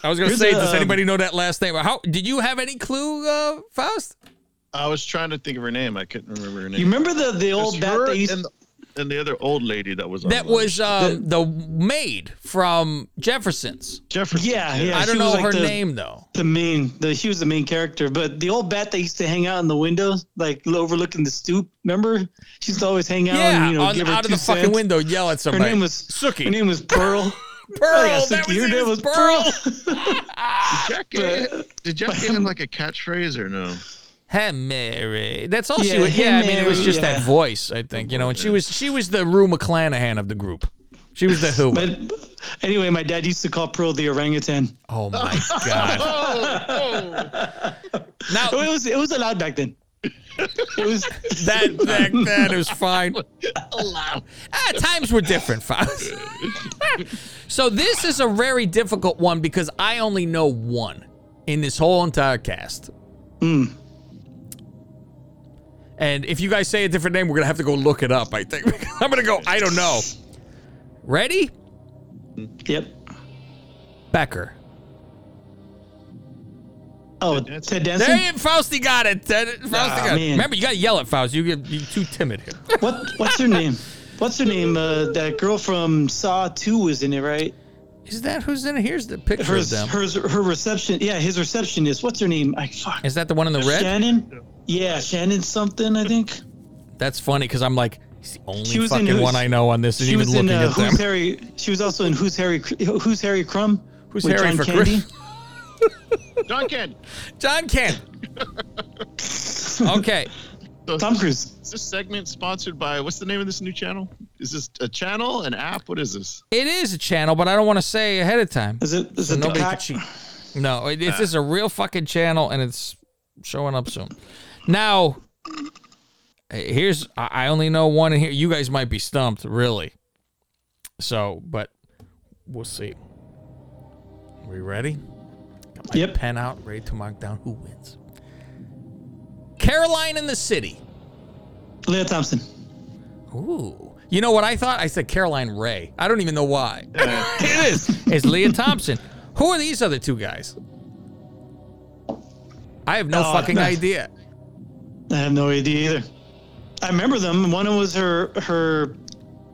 [SPEAKER 3] I was gonna
[SPEAKER 13] Here's
[SPEAKER 3] say,
[SPEAKER 13] a,
[SPEAKER 3] does
[SPEAKER 13] um,
[SPEAKER 3] anybody know that last name? How did you have any clue, uh, Faust?
[SPEAKER 7] I was trying to think of her name. I couldn't remember her name.
[SPEAKER 13] you remember the the
[SPEAKER 7] It
[SPEAKER 13] old
[SPEAKER 7] was
[SPEAKER 13] bat
[SPEAKER 7] her
[SPEAKER 13] they used
[SPEAKER 7] and, the, and the other old lady that was on
[SPEAKER 3] That
[SPEAKER 13] Oh,
[SPEAKER 7] the line.
[SPEAKER 3] was um, the maid from Jefferson's.
[SPEAKER 7] Jefferson.
[SPEAKER 13] Yeah, yeah.
[SPEAKER 3] I
[SPEAKER 13] she
[SPEAKER 3] don't know
[SPEAKER 13] was like
[SPEAKER 3] her
[SPEAKER 13] the-
[SPEAKER 3] name though.
[SPEAKER 13] the main the she was the main character but the old bat that used to hang out in the window like overlooking the stoop remember she used to always hang out
[SPEAKER 3] Yeah,
[SPEAKER 13] and you know
[SPEAKER 3] on-
[SPEAKER 13] give her
[SPEAKER 3] out of
[SPEAKER 13] two
[SPEAKER 3] the fucking
[SPEAKER 13] cents.
[SPEAKER 3] window, yell at
[SPEAKER 13] her
[SPEAKER 3] somebody.
[SPEAKER 13] name was
[SPEAKER 3] Sookie.
[SPEAKER 13] her name was pearl
[SPEAKER 3] Pearl.
[SPEAKER 13] Oh, yeah,
[SPEAKER 3] that
[SPEAKER 13] Sookie.
[SPEAKER 3] was,
[SPEAKER 13] Her
[SPEAKER 3] it,
[SPEAKER 13] name
[SPEAKER 3] it was
[SPEAKER 13] was
[SPEAKER 3] Pearl.
[SPEAKER 7] Jack did Jack have like a catchphrase or no?
[SPEAKER 3] Hey Mary. That's all she
[SPEAKER 13] Yeah,
[SPEAKER 3] was.
[SPEAKER 13] hey,
[SPEAKER 3] Yeah, I mean it was
[SPEAKER 13] Mary,
[SPEAKER 3] just
[SPEAKER 13] yeah.
[SPEAKER 3] that voice, I think. You know, and she was she was the Rue McClanahan of the group. She was the who.
[SPEAKER 13] but anyway my dad used to call pearl the orangutan
[SPEAKER 3] oh my god. Now
[SPEAKER 13] it was it was allowed back then it was
[SPEAKER 3] that back then it was fine. Ah, times were different, Fox. so this is a very difficult one because I only know one in this whole entire cast.
[SPEAKER 13] Hmm.
[SPEAKER 3] And if you guys say a different name, we're gonna have to go look it up. I think I'm gonna go. I don't know. Ready?
[SPEAKER 13] yep
[SPEAKER 3] Becker.
[SPEAKER 13] oh
[SPEAKER 7] Ted Danson.
[SPEAKER 13] ted
[SPEAKER 3] There
[SPEAKER 13] danson
[SPEAKER 3] you, Fausty got it. Ted, Fausty
[SPEAKER 13] Ah,
[SPEAKER 3] got it.
[SPEAKER 13] man.
[SPEAKER 3] Remember, you gotta yell at Faust. You get you too timid here.
[SPEAKER 13] what what's her name what's her name uh, that girl from saw 2 was in it right
[SPEAKER 3] Is that who's in it? Here's the picture
[SPEAKER 13] her
[SPEAKER 3] of them.
[SPEAKER 13] her her reception yeah his receptionist what's her name i fuck
[SPEAKER 3] Is that the one in the red?
[SPEAKER 13] Shannon? Yeah, Shannon something, I think.
[SPEAKER 3] That's funny because I'm like, he's the
[SPEAKER 13] She
[SPEAKER 3] only
[SPEAKER 13] was in
[SPEAKER 3] fucking
[SPEAKER 13] Who's-
[SPEAKER 3] one I know on this, and
[SPEAKER 13] She
[SPEAKER 3] even
[SPEAKER 13] was in
[SPEAKER 3] looking
[SPEAKER 13] uh,
[SPEAKER 3] at them.
[SPEAKER 13] Who's Harry she was also in Who's Harry Who's Harry Crumb?
[SPEAKER 3] Who's
[SPEAKER 13] with
[SPEAKER 3] Harry
[SPEAKER 13] John
[SPEAKER 3] for
[SPEAKER 13] Candy.
[SPEAKER 3] Chris-
[SPEAKER 7] Duncan.
[SPEAKER 3] John Kent. okay,
[SPEAKER 7] So
[SPEAKER 13] Tom Cruise.
[SPEAKER 7] Is this segment sponsored by what's the name of this new channel? Is this a channel, an app? What is this?
[SPEAKER 3] it is a channel, but I don't want to say ahead of time.
[SPEAKER 13] Is it is
[SPEAKER 3] So
[SPEAKER 13] it the
[SPEAKER 3] nobody could
[SPEAKER 13] pack?
[SPEAKER 3] cheat. No, it, it's just a real fucking channel, and it's showing up soon. Now, eh, here's I I only know one in here. You guys might be stumped, really. So, but we'll see. We ready? Got my
[SPEAKER 13] Yep.
[SPEAKER 3] pen out, ready to mark down who wins. Caroline in the city.
[SPEAKER 13] Leah Thompson.
[SPEAKER 3] Ooh. You know what I thought? I said Caroline Ray. I don't even know why. it is. It's Leah Thompson. Who are these other two guys? I have no
[SPEAKER 13] Oh,
[SPEAKER 3] fucking
[SPEAKER 13] no.
[SPEAKER 3] idea.
[SPEAKER 13] I have no idea either. I remember them. One of them was her her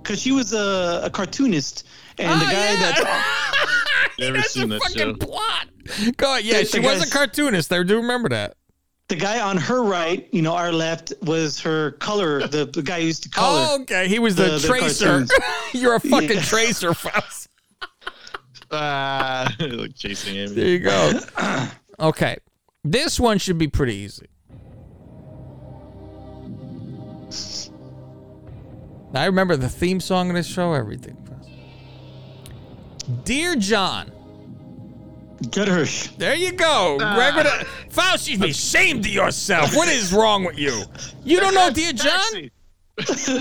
[SPEAKER 13] because she was a, a cartoonist and the
[SPEAKER 3] Oh,
[SPEAKER 13] guy
[SPEAKER 3] yeah.
[SPEAKER 13] that
[SPEAKER 7] Never
[SPEAKER 3] That's
[SPEAKER 7] seen
[SPEAKER 3] a
[SPEAKER 7] that
[SPEAKER 3] fucking
[SPEAKER 7] show.
[SPEAKER 3] plot. Go ahead. Yeah,
[SPEAKER 13] The-
[SPEAKER 3] she
[SPEAKER 13] the
[SPEAKER 3] was a
[SPEAKER 13] guys-
[SPEAKER 3] cartoonist. I do remember that.
[SPEAKER 13] the guy on her right, you know, our left was her color, the, the guy who used to color.
[SPEAKER 3] Oh, okay. He was the,
[SPEAKER 13] The- the
[SPEAKER 3] tracer.
[SPEAKER 13] cartoons.
[SPEAKER 3] You're a fucking
[SPEAKER 13] Yeah.
[SPEAKER 3] tracer, Faust.
[SPEAKER 7] Ah, like chasing Amy.
[SPEAKER 3] There you go. okay. This one should be pretty easy. I remember the theme song of this show, everything. Dear John,
[SPEAKER 13] Gutersh.
[SPEAKER 3] There you go. Gregor, Faust, you should be ashamed of yourself. What is wrong with you? You don't know Dear John?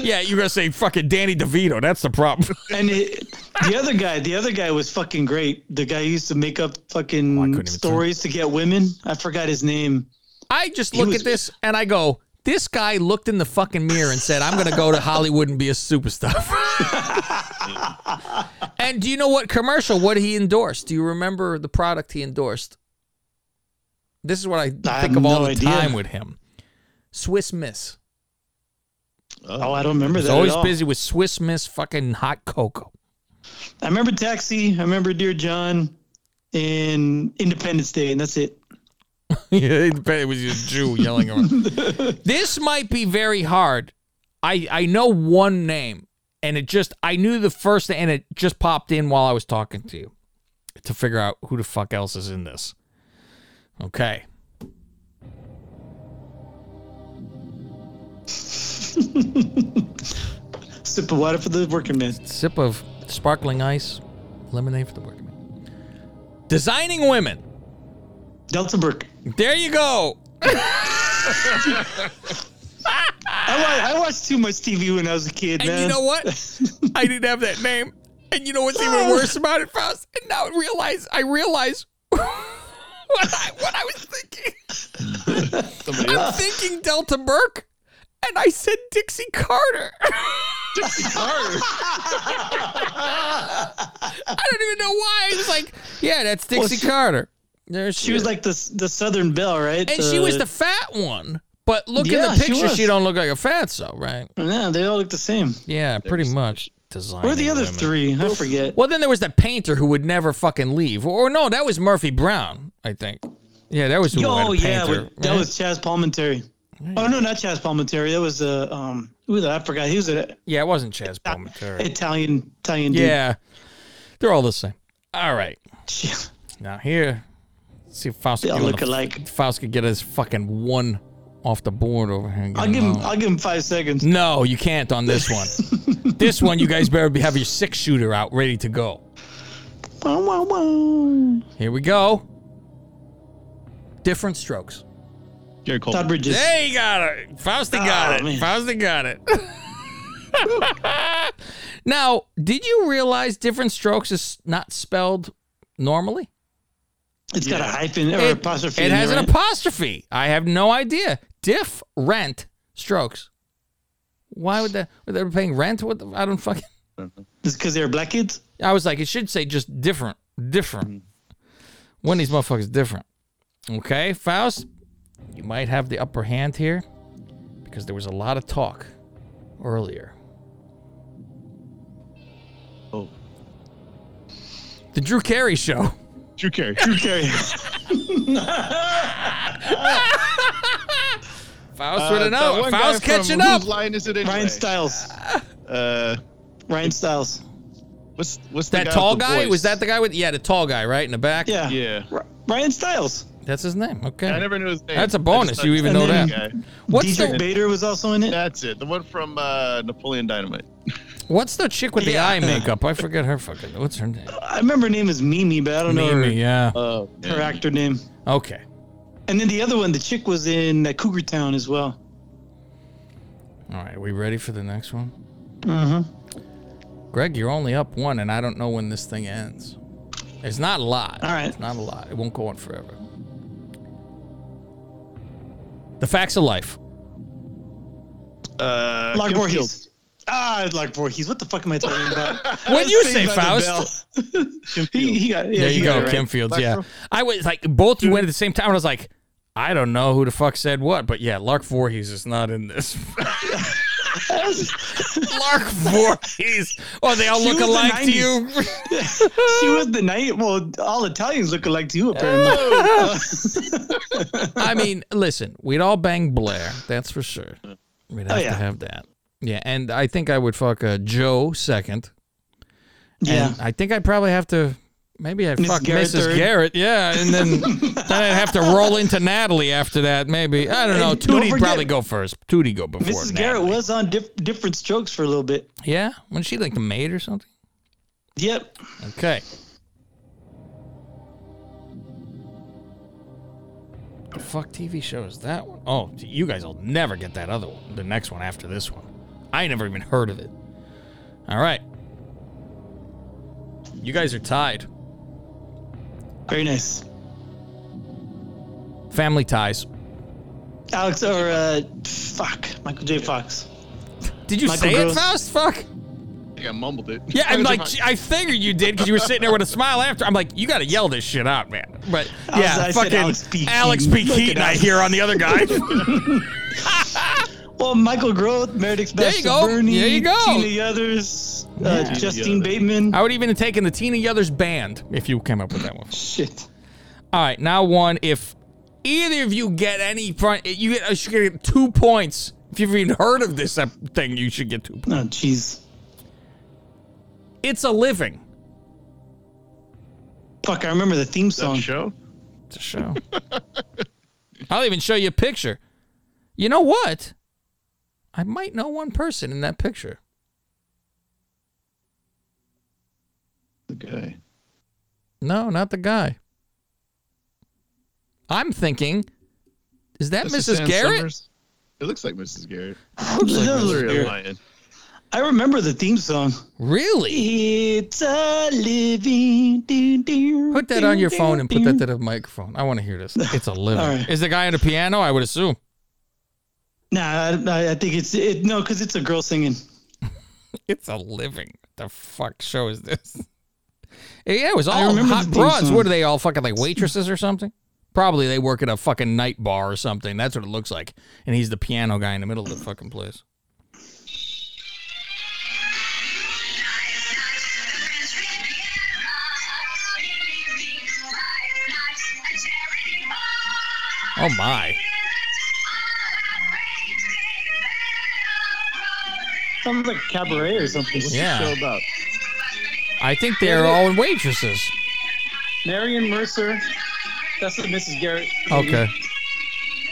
[SPEAKER 3] yeah, you're gonna say fucking Danny DeVito. That's the problem.
[SPEAKER 13] And it, the other guy, the other guy was fucking great. The guy who used to make up
[SPEAKER 3] Oh, couldn't
[SPEAKER 13] fucking
[SPEAKER 3] even
[SPEAKER 13] stories to get women. I forgot his name.
[SPEAKER 3] I just
[SPEAKER 13] He
[SPEAKER 3] look
[SPEAKER 13] was-
[SPEAKER 3] at this and I go, this guy looked in the fucking mirror and said, I'm going to go to Hollywood and be a superstar. and do you know what commercial, what he endorsed? Do you remember the product he endorsed? This is what I think
[SPEAKER 13] I have
[SPEAKER 3] of all
[SPEAKER 13] no
[SPEAKER 3] the
[SPEAKER 13] idea.
[SPEAKER 3] time with him Swiss Miss.
[SPEAKER 13] Oh, I don't remember
[SPEAKER 3] He's
[SPEAKER 13] that.
[SPEAKER 3] always
[SPEAKER 13] at all.
[SPEAKER 3] busy with Swiss Miss fucking hot cocoa.
[SPEAKER 13] I remember Taxi. I remember Dear John, and Independence Day, and that's it.
[SPEAKER 3] yeah, it was a Jew yelling around. this might be very hard. I I know one name, and it just I knew the first, and it just popped in while I was talking to you to figure out who the fuck else is in this. Okay.
[SPEAKER 13] Sip of water for the working man.
[SPEAKER 3] sip of sparkling ice, lemonade for the workman. Designing women.
[SPEAKER 13] Deltenberg.
[SPEAKER 3] There you go.
[SPEAKER 13] I, wa- I watched too much TV when I was a kid,
[SPEAKER 3] And
[SPEAKER 13] man.
[SPEAKER 3] you know what? I didn't have that name. And you know what's even worse about it, Faust? And now I realize I realize what I what I was thinking. I'm thinking Delta Burke, and I said Dixie Carter. I don't even know why. I was like, yeah, that's Dixie
[SPEAKER 13] she-
[SPEAKER 3] Carter. There
[SPEAKER 13] She was like the the Southern Belle, right?
[SPEAKER 3] and she was the fat one. But look
[SPEAKER 13] Yeah,
[SPEAKER 3] in
[SPEAKER 13] she
[SPEAKER 3] the picture, she,
[SPEAKER 13] was.
[SPEAKER 3] don't look like a fatso, right?
[SPEAKER 13] yeah. They all look the same.
[SPEAKER 3] Yeah, pretty much. Design.
[SPEAKER 13] Where are the other three? I forget.
[SPEAKER 3] Well, then there was the painter who would never fucking leave. Or, or no, that was Murphy Brown, I think. Yeah, that was who had
[SPEAKER 13] Oh
[SPEAKER 3] a
[SPEAKER 13] yeah,
[SPEAKER 3] painter.
[SPEAKER 13] with- that
[SPEAKER 3] right?
[SPEAKER 13] was Chaz Palminteri. Oh no, not Chaz Palminteri. That was uh, um, ooh, I forgot. He was an
[SPEAKER 3] yeah, it wasn't Chaz Palminteri.
[SPEAKER 13] Italian Italian dude.
[SPEAKER 3] Yeah, they're all the same. All right, now here, let's see if Faust
[SPEAKER 13] They
[SPEAKER 3] can
[SPEAKER 13] all
[SPEAKER 3] get on
[SPEAKER 13] look
[SPEAKER 3] the-
[SPEAKER 13] alike.
[SPEAKER 3] Faust could get his fucking one off the board over here. and get
[SPEAKER 13] I'll give him.
[SPEAKER 3] on.
[SPEAKER 13] I'll give him five seconds.
[SPEAKER 3] No, you can't on this one. this one, you guys better be have your six shooter out, ready to go.
[SPEAKER 13] Wow, wow, wow.
[SPEAKER 3] Here we go. Different strokes.
[SPEAKER 7] Gary Cole.
[SPEAKER 13] Todd Bridges.
[SPEAKER 3] There you got it. Fausti got it.
[SPEAKER 13] Oh, man.
[SPEAKER 3] Fausti got it. now, did you realize different strokes is not spelled normally?
[SPEAKER 13] It's got a
[SPEAKER 7] Yeah.
[SPEAKER 13] hyphen or
[SPEAKER 3] It,
[SPEAKER 13] apostrophe.
[SPEAKER 3] it
[SPEAKER 13] in
[SPEAKER 3] has
[SPEAKER 13] there,
[SPEAKER 3] an
[SPEAKER 13] right?
[SPEAKER 3] apostrophe. I have no idea. Diff rent strokes. Why would that? Were they paying rent? What? The, I don't fucking.
[SPEAKER 13] It's because they're black kids.
[SPEAKER 3] I was like, it should say just different,
[SPEAKER 7] Mm-hmm.
[SPEAKER 3] different. When these motherfuckers different. Okay, Faust, you might have the upper hand here because there was a lot of talk earlier.
[SPEAKER 7] Oh.
[SPEAKER 3] The Drew Carey show.
[SPEAKER 7] Drew Carey. Drew Carey.
[SPEAKER 3] Faust
[SPEAKER 7] Uh,
[SPEAKER 3] with an
[SPEAKER 7] that
[SPEAKER 3] O.
[SPEAKER 7] one
[SPEAKER 3] Faust
[SPEAKER 7] guy from
[SPEAKER 3] catching up.
[SPEAKER 7] Whose line is it anyway?
[SPEAKER 13] Ryan Styles.
[SPEAKER 7] Uh,
[SPEAKER 13] Ryan Styles.
[SPEAKER 7] what's what's the
[SPEAKER 3] That
[SPEAKER 7] guy
[SPEAKER 3] tall
[SPEAKER 7] with the
[SPEAKER 3] guy?
[SPEAKER 7] voice?
[SPEAKER 3] Was that the guy with? Yeah, the tall guy, right in the back.
[SPEAKER 13] Yeah.
[SPEAKER 7] Yeah.
[SPEAKER 13] R- Ryan Styles.
[SPEAKER 3] that's his name. Okay.
[SPEAKER 7] I never knew his name.
[SPEAKER 3] That's a
[SPEAKER 7] I just
[SPEAKER 3] bonus,
[SPEAKER 7] thought
[SPEAKER 3] you
[SPEAKER 7] it
[SPEAKER 3] even
[SPEAKER 7] was
[SPEAKER 13] know
[SPEAKER 7] that
[SPEAKER 13] that.
[SPEAKER 7] guy.
[SPEAKER 3] What's
[SPEAKER 13] Dietrich
[SPEAKER 3] the
[SPEAKER 13] Bader was also in it.
[SPEAKER 7] That's it. The one from uh, Napoleon Dynamite.
[SPEAKER 3] What's the chick with
[SPEAKER 13] Yeah.
[SPEAKER 3] the eye makeup? I forget her fucking. What's her name?
[SPEAKER 13] I remember her name is Mimi, but I don't know her,
[SPEAKER 3] Mimi. Yeah.
[SPEAKER 13] Uh,
[SPEAKER 7] Oh,
[SPEAKER 13] her actor name.
[SPEAKER 3] Okay.
[SPEAKER 13] And then the other one, the chick was in uh, Cougar Town as well.
[SPEAKER 3] All right, we ready for the next one? Mm-hmm. Greg, you're only up one, and I don't know when this thing ends. It's not a lot.
[SPEAKER 13] All right.
[SPEAKER 3] It's not a lot. It won't go on forever. The facts of life.
[SPEAKER 7] Uh,
[SPEAKER 13] Lark
[SPEAKER 7] Kim
[SPEAKER 13] Voorhees.
[SPEAKER 7] Fields.
[SPEAKER 13] Ah, Lark Voorhees. What the fuck am I talking about?
[SPEAKER 3] What
[SPEAKER 13] I
[SPEAKER 3] you
[SPEAKER 13] saved
[SPEAKER 3] say,
[SPEAKER 13] by the
[SPEAKER 3] Faust?
[SPEAKER 13] bell. he, he got, yeah,
[SPEAKER 3] there
[SPEAKER 13] he
[SPEAKER 3] you
[SPEAKER 13] got
[SPEAKER 3] go,
[SPEAKER 13] it right.
[SPEAKER 3] Kim Fields. Yeah, I was like, both you went at the same time, and I was like, I don't know who the fuck said what, but yeah, Lark Voorhees is not in this. Lark Voorhees. Oh, they all
[SPEAKER 13] She
[SPEAKER 3] look
[SPEAKER 13] was the
[SPEAKER 3] alike to you.
[SPEAKER 13] 90s. she was the night. Well, all Italians look alike to you,
[SPEAKER 3] Oh.
[SPEAKER 13] apparently.
[SPEAKER 3] I mean, listen, we'd all bang Blair, that's for sure. We'd have
[SPEAKER 13] Oh, yeah.
[SPEAKER 3] to have that. Yeah, and I think I would fuck uh, Joe second.
[SPEAKER 13] yeah.
[SPEAKER 3] And I think I'd probably have to maybe I'd
[SPEAKER 13] Miss
[SPEAKER 3] fuck
[SPEAKER 13] Garrett
[SPEAKER 3] Mrs.
[SPEAKER 13] third.
[SPEAKER 3] Garrett, yeah, and then then I'd have to roll into Natalie after that, maybe. I don't know.
[SPEAKER 13] And don't
[SPEAKER 3] Tootie'd
[SPEAKER 13] forget-
[SPEAKER 3] probably go first. Tootie go before.
[SPEAKER 13] Mrs. Garrett
[SPEAKER 3] Natalie.
[SPEAKER 13] was on diff- different strokes for a little bit.
[SPEAKER 3] Yeah? Wasn't she like the maid or something?
[SPEAKER 13] Yep.
[SPEAKER 3] Okay. The fuck TV show is that one? Oh, you guys will never get that other one. The next one after this one. I never even heard of it. All right. You guys are tied.
[SPEAKER 13] Very nice.
[SPEAKER 3] Family ties.
[SPEAKER 13] Alex or uh, fuck, Michael J. Fox.
[SPEAKER 3] Did you
[SPEAKER 13] Michael
[SPEAKER 3] say
[SPEAKER 13] Gross.
[SPEAKER 3] it fast? Fuck.
[SPEAKER 7] I think I mumbled it.
[SPEAKER 3] Yeah, I'm like, I figured you did because you were sitting there with a smile after. I'm like, you got to yell this shit out, man. But
[SPEAKER 13] I
[SPEAKER 3] yeah,
[SPEAKER 13] was- I said
[SPEAKER 3] fucking
[SPEAKER 13] Alex
[SPEAKER 3] Alex B.
[SPEAKER 13] B. Keaton. Look at
[SPEAKER 3] Keaton, I
[SPEAKER 13] us.
[SPEAKER 3] hear on the other guy.
[SPEAKER 13] Well, Michael Groth, Meredith
[SPEAKER 3] There you
[SPEAKER 13] Baxter
[SPEAKER 3] go.
[SPEAKER 13] Bernie,
[SPEAKER 3] There you go.
[SPEAKER 13] Tina Yothers, uh,
[SPEAKER 3] Yeah.
[SPEAKER 13] Justine Bateman.
[SPEAKER 3] I would even have taken the Tina Yothers band if you came up with that one.
[SPEAKER 13] Shit.
[SPEAKER 3] All right, now one. If either of you get any front, you get, you should get two points. If you've even heard of this ep- thing, you should get two points.
[SPEAKER 13] Oh, jeez.
[SPEAKER 3] It's a living.
[SPEAKER 13] Fuck, I remember the theme
[SPEAKER 7] That
[SPEAKER 13] song.
[SPEAKER 7] show?
[SPEAKER 3] It's a show. I'll even show you a picture. You know what? I might know one person in that picture.
[SPEAKER 7] The guy.
[SPEAKER 3] No, not the guy. I'm thinking, is that Mrs.
[SPEAKER 7] Sam
[SPEAKER 3] Garrett?
[SPEAKER 7] Summers? It looks like Mrs. Garrett.
[SPEAKER 13] That was
[SPEAKER 7] Hillary
[SPEAKER 13] weird.
[SPEAKER 7] Lyon.
[SPEAKER 13] I remember the theme song.
[SPEAKER 3] Really?
[SPEAKER 13] It's a living.
[SPEAKER 3] Put that on your phone and put that to the microphone. I want to hear this. It's a living.
[SPEAKER 13] All right.
[SPEAKER 3] Is the guy on the piano? I would assume.
[SPEAKER 13] Nah, I, I think it's it. No, because it's a girl singing.
[SPEAKER 3] It's a living. The fuck show is this? Yeah, it was all
[SPEAKER 13] remember
[SPEAKER 3] hot
[SPEAKER 13] the theme
[SPEAKER 3] broads.
[SPEAKER 13] song.
[SPEAKER 3] What are they all fucking like waitresses or something? Probably they work at a fucking night bar or something. That's what it looks like. And he's the piano guy in the middle of the fucking place. Oh my.
[SPEAKER 13] Sounds like cabaret or something. What's
[SPEAKER 3] Yeah.
[SPEAKER 13] this show about?
[SPEAKER 3] I think they're all waitresses.
[SPEAKER 13] Marion Mercer. That's the Mrs. Garrett. lady.
[SPEAKER 3] Okay.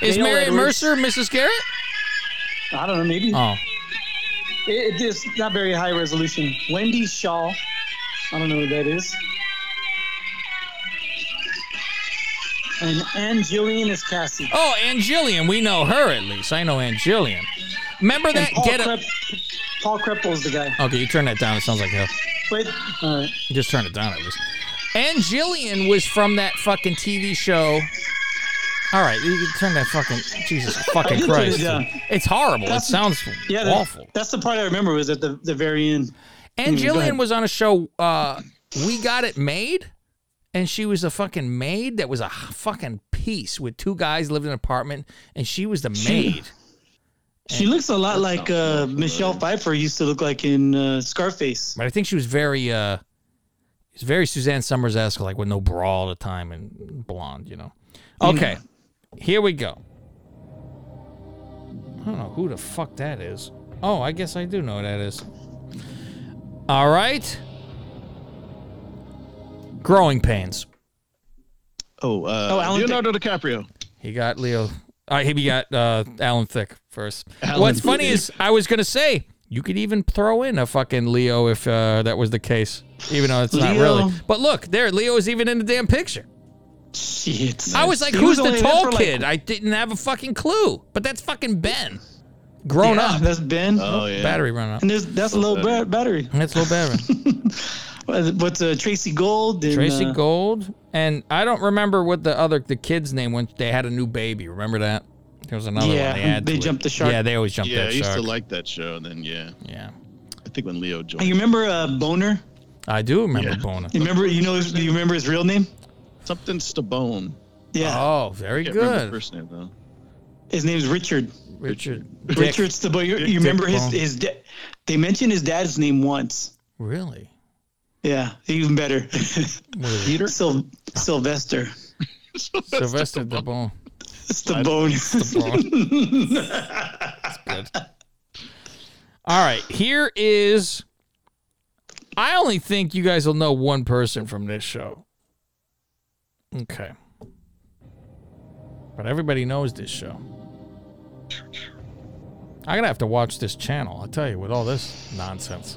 [SPEAKER 3] Is
[SPEAKER 13] Dale
[SPEAKER 3] Mary
[SPEAKER 13] Edwards.
[SPEAKER 3] Mercer Mrs. Garrett?
[SPEAKER 13] I don't know, maybe.
[SPEAKER 3] Oh.
[SPEAKER 13] It, it's not very high resolution. Wendy Shaw. I don't know who that is. And Anne Jillian is Cassie.
[SPEAKER 3] Oh, Angillian. We know her at least. I know Angillian. Remember
[SPEAKER 13] And
[SPEAKER 3] that?
[SPEAKER 13] Paul,
[SPEAKER 3] Get up.
[SPEAKER 13] Krep- Paul Kreppel is the guy.
[SPEAKER 3] Okay, you turn that down. It sounds like hell.
[SPEAKER 13] Wait, uh, all right.
[SPEAKER 3] Just turn it down at least. Angillian was from that fucking TV show. All right, you can turn that fucking Jesus fucking
[SPEAKER 13] did turn it
[SPEAKER 3] Christ.
[SPEAKER 13] down.
[SPEAKER 3] It's horrible.
[SPEAKER 13] That's-
[SPEAKER 3] it sounds
[SPEAKER 13] Yeah, that-
[SPEAKER 3] awful.
[SPEAKER 13] That's the part I remember was at the, the very end.
[SPEAKER 3] And
[SPEAKER 13] Mm, go
[SPEAKER 3] Jillian
[SPEAKER 13] ahead.
[SPEAKER 3] was on a show, uh, We Got It Made, and she was a fucking maid that was a h- fucking piece with two guys lived in an apartment, and she was the maid.
[SPEAKER 13] She looks a lot like uh, Michelle Pfeiffer used to look like in uh, Scarface.
[SPEAKER 3] But I think she was very, uh, it's very Suzanne Summers esque, like with no bra all the time and blonde, you know. Okay, here we go. I don't know who the fuck that is. Oh, I guess I do know who that is. All right. Growing pains.
[SPEAKER 7] Oh, uh,
[SPEAKER 13] Oh, Alan
[SPEAKER 7] Leonardo DiCaprio.
[SPEAKER 3] He got Leo. Uh, he got uh, Alan Thick first.
[SPEAKER 7] Alan
[SPEAKER 3] What's funny
[SPEAKER 7] Thicke.
[SPEAKER 3] is I was gonna say you could even throw in a fucking Leo if uh, that was the case, even though it's not
[SPEAKER 13] Leo.
[SPEAKER 3] really. But look, there, Leo is even in the damn picture.
[SPEAKER 13] Shit.
[SPEAKER 3] I was like,
[SPEAKER 13] He
[SPEAKER 3] who's
[SPEAKER 13] was
[SPEAKER 3] the
[SPEAKER 13] only there
[SPEAKER 3] tall
[SPEAKER 13] for, like-
[SPEAKER 3] kid? I didn't have a fucking clue. But that's fucking Ben, grown
[SPEAKER 13] yeah,
[SPEAKER 3] up.
[SPEAKER 13] That's Ben.
[SPEAKER 3] Uh-huh.
[SPEAKER 7] Oh, yeah.
[SPEAKER 3] Battery run up.
[SPEAKER 13] and there's, that's a low bra- battery.
[SPEAKER 3] That's a little better.
[SPEAKER 13] But uh, Tracy Gold and
[SPEAKER 3] Tracy
[SPEAKER 13] uh,
[SPEAKER 3] Gold, and I don't remember what the other the kid's name when they had a new baby. Remember that? There was another
[SPEAKER 13] Yeah,
[SPEAKER 3] one. They, had
[SPEAKER 13] they
[SPEAKER 3] to it.
[SPEAKER 13] jumped the shark.
[SPEAKER 3] Yeah, they always jump
[SPEAKER 7] Yeah, I
[SPEAKER 3] that
[SPEAKER 7] used
[SPEAKER 3] shark.
[SPEAKER 7] to like that show. And then, yeah,
[SPEAKER 3] yeah.
[SPEAKER 7] I think when Leo
[SPEAKER 13] You
[SPEAKER 7] joined,
[SPEAKER 13] remember uh, Boner?
[SPEAKER 3] I do remember
[SPEAKER 7] Yeah.
[SPEAKER 3] Bona.
[SPEAKER 13] You remember? You know? his- Do you remember his real name?
[SPEAKER 7] something Stabone.
[SPEAKER 13] Yeah,
[SPEAKER 3] Oh, very
[SPEAKER 7] Can't remember the
[SPEAKER 3] good.
[SPEAKER 7] first name though.
[SPEAKER 13] his name's Richard.
[SPEAKER 3] Richard. Dick.
[SPEAKER 13] Richard Stabone. You, you remember his
[SPEAKER 3] Bone.
[SPEAKER 13] his? Da- they mentioned his dad's name once.
[SPEAKER 3] Really?
[SPEAKER 13] Yeah, even better.
[SPEAKER 7] Peter.
[SPEAKER 13] Syl- Sylvester
[SPEAKER 3] Sylvester Debon.
[SPEAKER 13] Stabone.
[SPEAKER 3] That's good. All right. Here is. I only think you guys will know one person from this show. Okay. But everybody knows this show. I'm going to have to watch this channel. I'll tell you, with all this nonsense.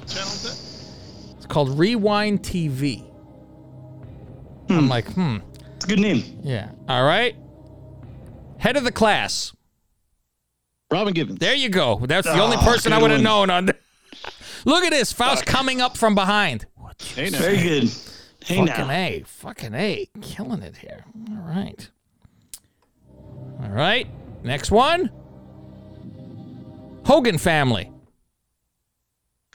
[SPEAKER 3] It's called Rewind TV. I'm like, hmm.
[SPEAKER 13] It's a good name.
[SPEAKER 3] Yeah. All right. Head of the class.
[SPEAKER 7] Robin Givens.
[SPEAKER 3] There you go. That's the
[SPEAKER 7] Ah,
[SPEAKER 3] only person I
[SPEAKER 7] good
[SPEAKER 3] would have
[SPEAKER 7] one.
[SPEAKER 3] known on. Look at this. Faust coming up from behind.
[SPEAKER 7] Hey, now.
[SPEAKER 13] Very good. Hey
[SPEAKER 3] fucking
[SPEAKER 13] now.
[SPEAKER 3] A. Fucking A. Killing it here. All right. All right. Next one. Hogan family.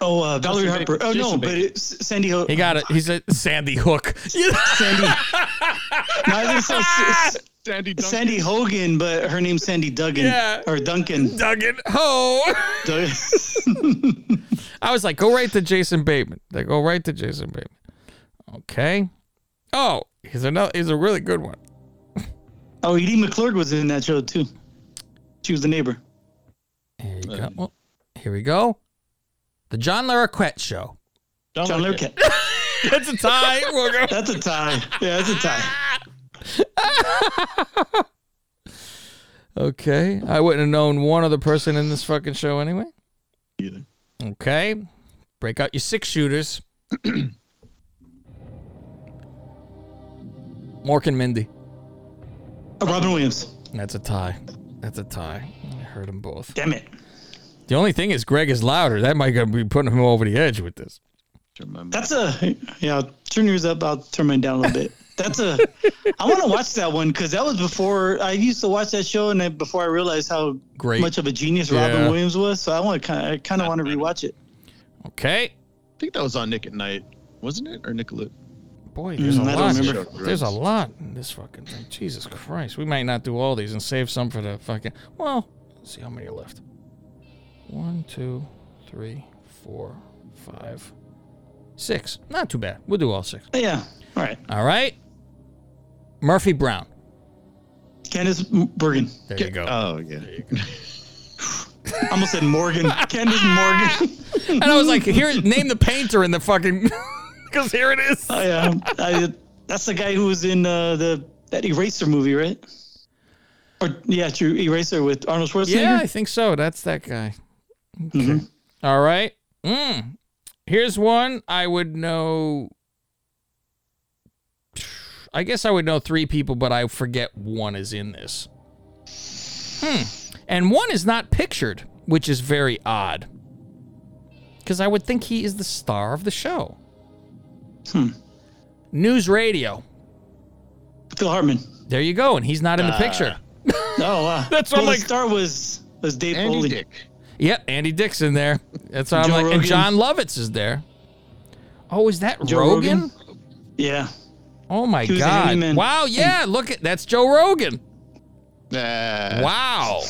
[SPEAKER 13] Oh, uh, Valerie
[SPEAKER 7] Jason
[SPEAKER 13] Harper.
[SPEAKER 7] Bateman.
[SPEAKER 13] Oh no,
[SPEAKER 7] Jason
[SPEAKER 13] but
[SPEAKER 7] Bateman.
[SPEAKER 13] it's Sandy Hook.
[SPEAKER 3] He got it. He's a Sandy Hook.
[SPEAKER 13] Sandy. No, I was gonna say S-
[SPEAKER 7] Sandy
[SPEAKER 13] S-
[SPEAKER 7] Duncan.
[SPEAKER 13] Sandy Hogan, but her name's Sandy Duggan
[SPEAKER 3] Yeah.
[SPEAKER 13] or Duncan.
[SPEAKER 3] Duggan. Ho.
[SPEAKER 13] Dug-
[SPEAKER 3] I was like, go right to Jason Bateman. They go right to Jason Bateman. Okay. Oh, he's another. He's a really good one.
[SPEAKER 13] oh, Edie McClurg was in that show too. She was the neighbor.
[SPEAKER 3] Here you go. Oh, here we go. The John Larroquette show.
[SPEAKER 13] John Lurkett.
[SPEAKER 3] That's a tie. We'll go.
[SPEAKER 13] That's a tie. Yeah, that's a tie.
[SPEAKER 3] Okay. I wouldn't have known one other person in this fucking show anyway.
[SPEAKER 7] Either.
[SPEAKER 3] Okay. Break out your six shooters. Mork and Mindy.
[SPEAKER 13] Oh, Robin Williams.
[SPEAKER 3] That's a tie. That's a tie. I heard them both.
[SPEAKER 13] Damn it.
[SPEAKER 3] The only thing is, Greg is louder. That might gonna be putting him over the edge with this.
[SPEAKER 7] Turn my-
[SPEAKER 13] That's a yeah. Turn yours up. I'll turn mine down a little bit. That's a. I want to watch that one because that was before I used to watch that show, and then before I realized how
[SPEAKER 3] Great.
[SPEAKER 13] much of a genius
[SPEAKER 3] Yeah.
[SPEAKER 13] Robin Williams was. So I want to kind. I kind of want to rewatch it.
[SPEAKER 3] Okay.
[SPEAKER 7] I think that was on Nick at Night, wasn't it? Or Nicolet?
[SPEAKER 3] Boy, there's
[SPEAKER 13] Mm,
[SPEAKER 3] a
[SPEAKER 13] I don't
[SPEAKER 3] lot.
[SPEAKER 13] remember.
[SPEAKER 3] There's a lot in this fucking thing. Jesus Christ. We might not do all these and save some for the fucking. Well, let's see how many are left. One, two, three, four, five, six. Not too bad. We'll do all six.
[SPEAKER 13] But yeah. All right.
[SPEAKER 3] All right. Murphy Brown.
[SPEAKER 13] Candace M- Bergen.
[SPEAKER 3] There you go.
[SPEAKER 7] Oh yeah.
[SPEAKER 13] I almost said Morgan. Candace Morgan.
[SPEAKER 3] and I was like, here, name the painter in the fucking. Because here it is.
[SPEAKER 13] oh, yeah. I, that's the guy who was in uh, the that Eraser movie, right? Or yeah, True Eraser with Arnold Schwarzenegger.
[SPEAKER 3] Yeah, I think so. That's that guy. Okay. All right. Mm. Here's one I would know. I guess I would know three people, but I forget one is in this. Hmm. And one is not pictured, which is very odd. Because I would think he is the star of the show. Hmm. News radio.
[SPEAKER 13] Phil Hartman.
[SPEAKER 3] There you go. And he's not in the picture.
[SPEAKER 13] Oh
[SPEAKER 7] uh,
[SPEAKER 13] wow.
[SPEAKER 3] That's what I'm
[SPEAKER 13] well,
[SPEAKER 3] like-
[SPEAKER 13] The star was was Dave
[SPEAKER 7] Andy
[SPEAKER 13] Foley.
[SPEAKER 7] Dick.
[SPEAKER 3] Yep, Andy Dick's in there. That's how I'm
[SPEAKER 13] Joe
[SPEAKER 3] like. And
[SPEAKER 13] Rogan.
[SPEAKER 3] John Lovitz is there. Oh, is that
[SPEAKER 13] Joe
[SPEAKER 3] Rogan?
[SPEAKER 13] Rogan? Yeah.
[SPEAKER 3] Oh my
[SPEAKER 13] He was a
[SPEAKER 3] God!
[SPEAKER 13] handyman.
[SPEAKER 3] Wow, yeah, look at that's Joe Rogan.
[SPEAKER 7] Nah.
[SPEAKER 3] Wow.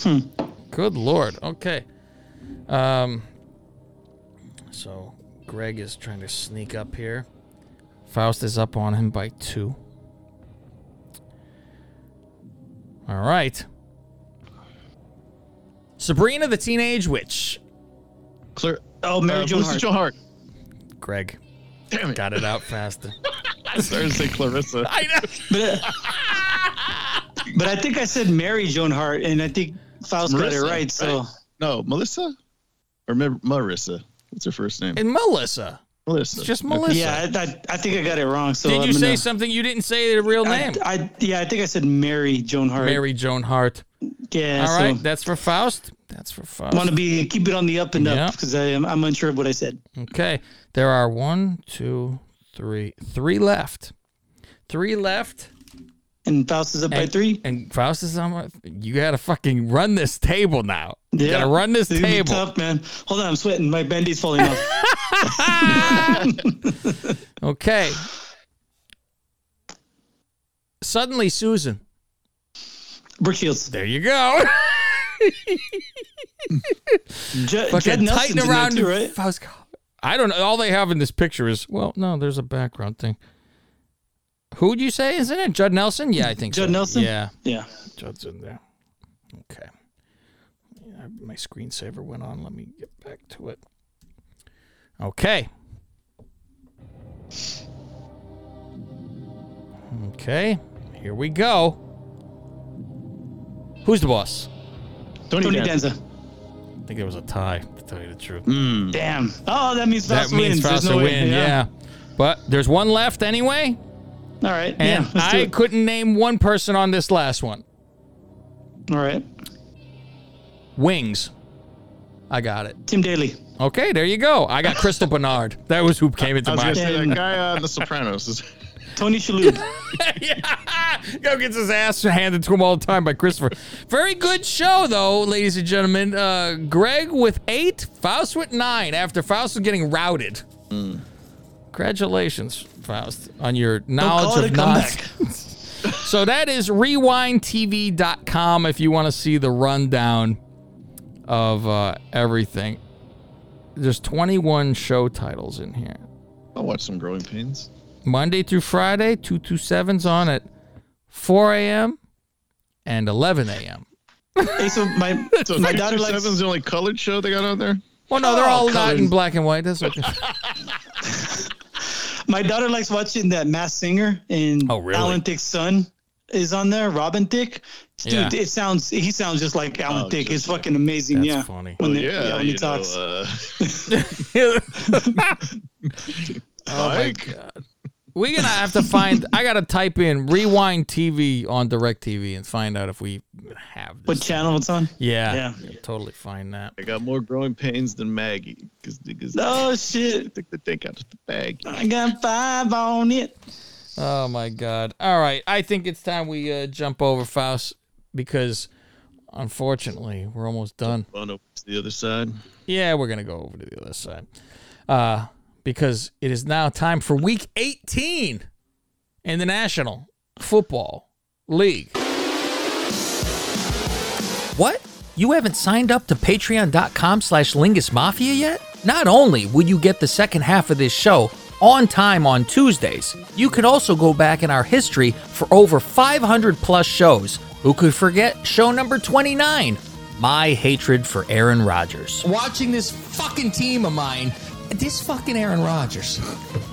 [SPEAKER 13] Hmm.
[SPEAKER 3] Good lord. Okay. Um. So Greg is trying to sneak up here. Faust is up on him by two. All right. Sabrina the Teenage Witch.
[SPEAKER 7] Clear.
[SPEAKER 13] Oh, Mary
[SPEAKER 7] uh,
[SPEAKER 13] Jo
[SPEAKER 7] Melissa
[SPEAKER 13] Hart.
[SPEAKER 7] Jo Hart.
[SPEAKER 3] Greg
[SPEAKER 7] Damn it.
[SPEAKER 3] got it out faster.
[SPEAKER 7] I started to say Clarissa.
[SPEAKER 3] I know.
[SPEAKER 13] But, uh, but I think I said Mary Joan Hart, and I think Faust got it
[SPEAKER 7] Marissa,
[SPEAKER 13] right. So
[SPEAKER 7] right? No, Melissa. Or Mar- Marissa. What's her first name?
[SPEAKER 3] And Melissa.
[SPEAKER 7] Melissa.
[SPEAKER 3] It's just Melissa.
[SPEAKER 13] yeah, I, I, I think I got it wrong. So
[SPEAKER 3] Did
[SPEAKER 13] I'm
[SPEAKER 3] you say
[SPEAKER 13] gonna-
[SPEAKER 3] something you didn't say the real
[SPEAKER 13] I,
[SPEAKER 3] name?
[SPEAKER 13] I yeah, I think I said Mary Joan Hart.
[SPEAKER 3] Mary Joan Hart.
[SPEAKER 13] Yeah.
[SPEAKER 3] All
[SPEAKER 13] so
[SPEAKER 3] right, that's for Faust. That's for Faust.
[SPEAKER 13] want to be keep it on the up and
[SPEAKER 3] Yeah.
[SPEAKER 13] up because I'm I'm unsure of what I said.
[SPEAKER 3] okay, there are one, two, three, three left. Three left.
[SPEAKER 13] And Faust is up by
[SPEAKER 3] and-
[SPEAKER 13] three.
[SPEAKER 3] And Faust is on. You gotta fucking run this table now. You gotta run this
[SPEAKER 13] It's gonna be
[SPEAKER 3] table.
[SPEAKER 13] Tough man. Hold on, I'm sweating. My bandaid's falling off.
[SPEAKER 3] Okay. Suddenly, Susan.
[SPEAKER 13] Brooke Shields.
[SPEAKER 3] There you go.
[SPEAKER 13] Je- Jed
[SPEAKER 3] fucking
[SPEAKER 13] Nelson's
[SPEAKER 3] tighten
[SPEAKER 13] in there
[SPEAKER 3] around.
[SPEAKER 13] too, right?
[SPEAKER 3] Faust. I don't know. All they have in this picture is well, no. There's a background thing. Who'd you say is in it? Judd Nelson? Yeah, I think
[SPEAKER 13] Judd
[SPEAKER 3] so.
[SPEAKER 13] Nelson?
[SPEAKER 3] Yeah,
[SPEAKER 13] Yeah.
[SPEAKER 3] Judd's in there. Okay. Yeah, my screensaver went on. Let me get back to it. Okay. Okay. Here we go. Who's the boss?
[SPEAKER 7] Tony,
[SPEAKER 13] Tony
[SPEAKER 7] Danza.
[SPEAKER 13] Danza.
[SPEAKER 3] I think there was a tie, to tell you the truth.
[SPEAKER 7] Hmm.
[SPEAKER 13] Damn. Oh, that means
[SPEAKER 3] that
[SPEAKER 13] Faust
[SPEAKER 3] means
[SPEAKER 13] wins. There's
[SPEAKER 3] Faust
[SPEAKER 13] no
[SPEAKER 3] will
[SPEAKER 13] way.
[SPEAKER 3] win, yeah. But there's one left anyway,
[SPEAKER 13] All right.
[SPEAKER 3] and
[SPEAKER 13] yeah. Let's do
[SPEAKER 3] I
[SPEAKER 13] it.
[SPEAKER 3] couldn't name one person on this last one.
[SPEAKER 13] All right.
[SPEAKER 3] Wings. I got it.
[SPEAKER 13] Tim Daly.
[SPEAKER 3] Okay, there you go. I got Crystal Bernard. That was who came into
[SPEAKER 7] I was
[SPEAKER 3] my
[SPEAKER 7] gonna say that guy on The Sopranos. is-
[SPEAKER 13] Tony Shalhoub.
[SPEAKER 3] yeah. Go gets his ass handed to him all the time by Christopher. Very good show, though, ladies and gentlemen. Uh, Greg with eight, Faust with nine. After Faust was getting routed.
[SPEAKER 13] Hmm.
[SPEAKER 3] Congratulations, Faust, on your knowledge
[SPEAKER 13] it
[SPEAKER 3] of
[SPEAKER 13] a comeback.
[SPEAKER 3] nonsense. so that is rewindtv.com if you want to see the rundown of uh, everything. There's 21 show titles in here.
[SPEAKER 7] I'll watch some Growing Pains.
[SPEAKER 3] Monday through Friday, 227's on at 4 a.m. and 11 a.m.
[SPEAKER 13] Hey, so my
[SPEAKER 7] So
[SPEAKER 13] my daughter likes.
[SPEAKER 7] 227's the only colored show they got on there.
[SPEAKER 3] Well, no, they're
[SPEAKER 13] Oh,
[SPEAKER 3] all not in
[SPEAKER 13] colored.
[SPEAKER 3] black and white. That's okay.
[SPEAKER 13] My daughter likes watching that Mass Singer and
[SPEAKER 3] Oh, really?
[SPEAKER 13] Alan Thick's son is on there. Robin Thick, dude,
[SPEAKER 3] Yeah.
[SPEAKER 13] it sounds he sounds just like Alan
[SPEAKER 7] Oh,
[SPEAKER 13] Thick.
[SPEAKER 7] just-
[SPEAKER 13] It's fucking amazing.
[SPEAKER 3] That's
[SPEAKER 13] yeah,
[SPEAKER 3] funny.
[SPEAKER 13] When,
[SPEAKER 7] Well,
[SPEAKER 13] the- yeah, when
[SPEAKER 7] you
[SPEAKER 13] he talks.
[SPEAKER 7] Know, uh,
[SPEAKER 3] Oh my
[SPEAKER 7] Mike?
[SPEAKER 3] god. We're gonna have to find. I gotta type in rewind TV on Directv and find out if we have
[SPEAKER 13] what
[SPEAKER 3] this.
[SPEAKER 13] channel it's on?
[SPEAKER 3] yeah,
[SPEAKER 13] Yeah.
[SPEAKER 3] totally find that.
[SPEAKER 7] I got more Growing Pains than Maggie because niggas
[SPEAKER 13] Oh shit!
[SPEAKER 7] took the dick out of the bag.
[SPEAKER 13] I got five on it.
[SPEAKER 3] Oh my god. All right, I think it's time we uh, jump over Faust because unfortunately we're almost done.
[SPEAKER 7] On over to the other side.
[SPEAKER 3] Yeah, we're gonna go over to the other side. Uh, because it is now time for week 18 in the National Football League. What? You haven't signed up to patreon.com slash lingusmafia yet? Not only will you get the second half of this show on time on Tuesdays, you could also go back in our history for over 500 plus shows. Who could forget show number 29, My Hatred for Aaron Rodgers? Watching this fucking team of mine, this fucking Aaron Rodgers.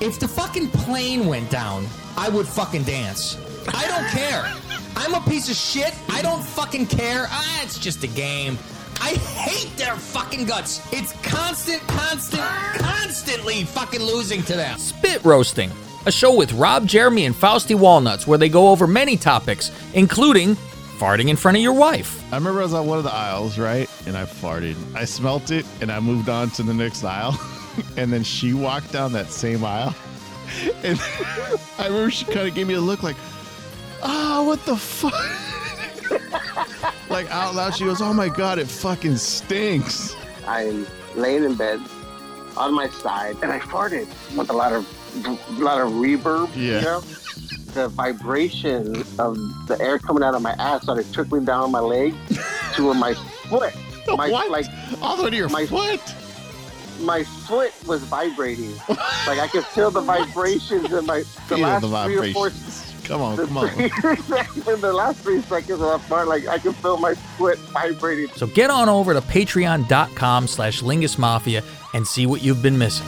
[SPEAKER 3] If the fucking plane went down, I would fucking dance. I don't care. I'm a piece of shit. I don't fucking care. Ah, it's just a game. I hate their fucking guts. It's constant, constant, constantly fucking losing to them. Spit Roasting, a show with Rob Jeremy and Fausty Walnuts where they go over many topics, including farting in front of your wife.
[SPEAKER 7] I remember I was on one of the aisles, right? And I farted. I smelt it and I moved on to the next aisle. and then she walked down that same aisle. And I remember she kind of gave me a look like, oh, what the fuck? like out loud, she goes, oh my God, it fucking stinks.
[SPEAKER 1] I'm laying in bed on my side, and I farted with a lot of a lot of reverb.
[SPEAKER 7] Yeah.
[SPEAKER 1] You know? The vibration of the air coming out of my ass started trickling down my leg to my foot. My
[SPEAKER 7] what?
[SPEAKER 1] like
[SPEAKER 7] All the way to your
[SPEAKER 1] my-
[SPEAKER 7] foot.
[SPEAKER 1] my foot was vibrating. like I could feel the vibrations in my the
[SPEAKER 7] Feel
[SPEAKER 1] last
[SPEAKER 7] the
[SPEAKER 1] three or four
[SPEAKER 7] vibrations. Come on,
[SPEAKER 1] the
[SPEAKER 7] come on.
[SPEAKER 1] three- in the last three seconds of that fart, like I could feel my foot vibrating.
[SPEAKER 3] So get on over to patreon.com slash lingusmafia and see what you've been missing.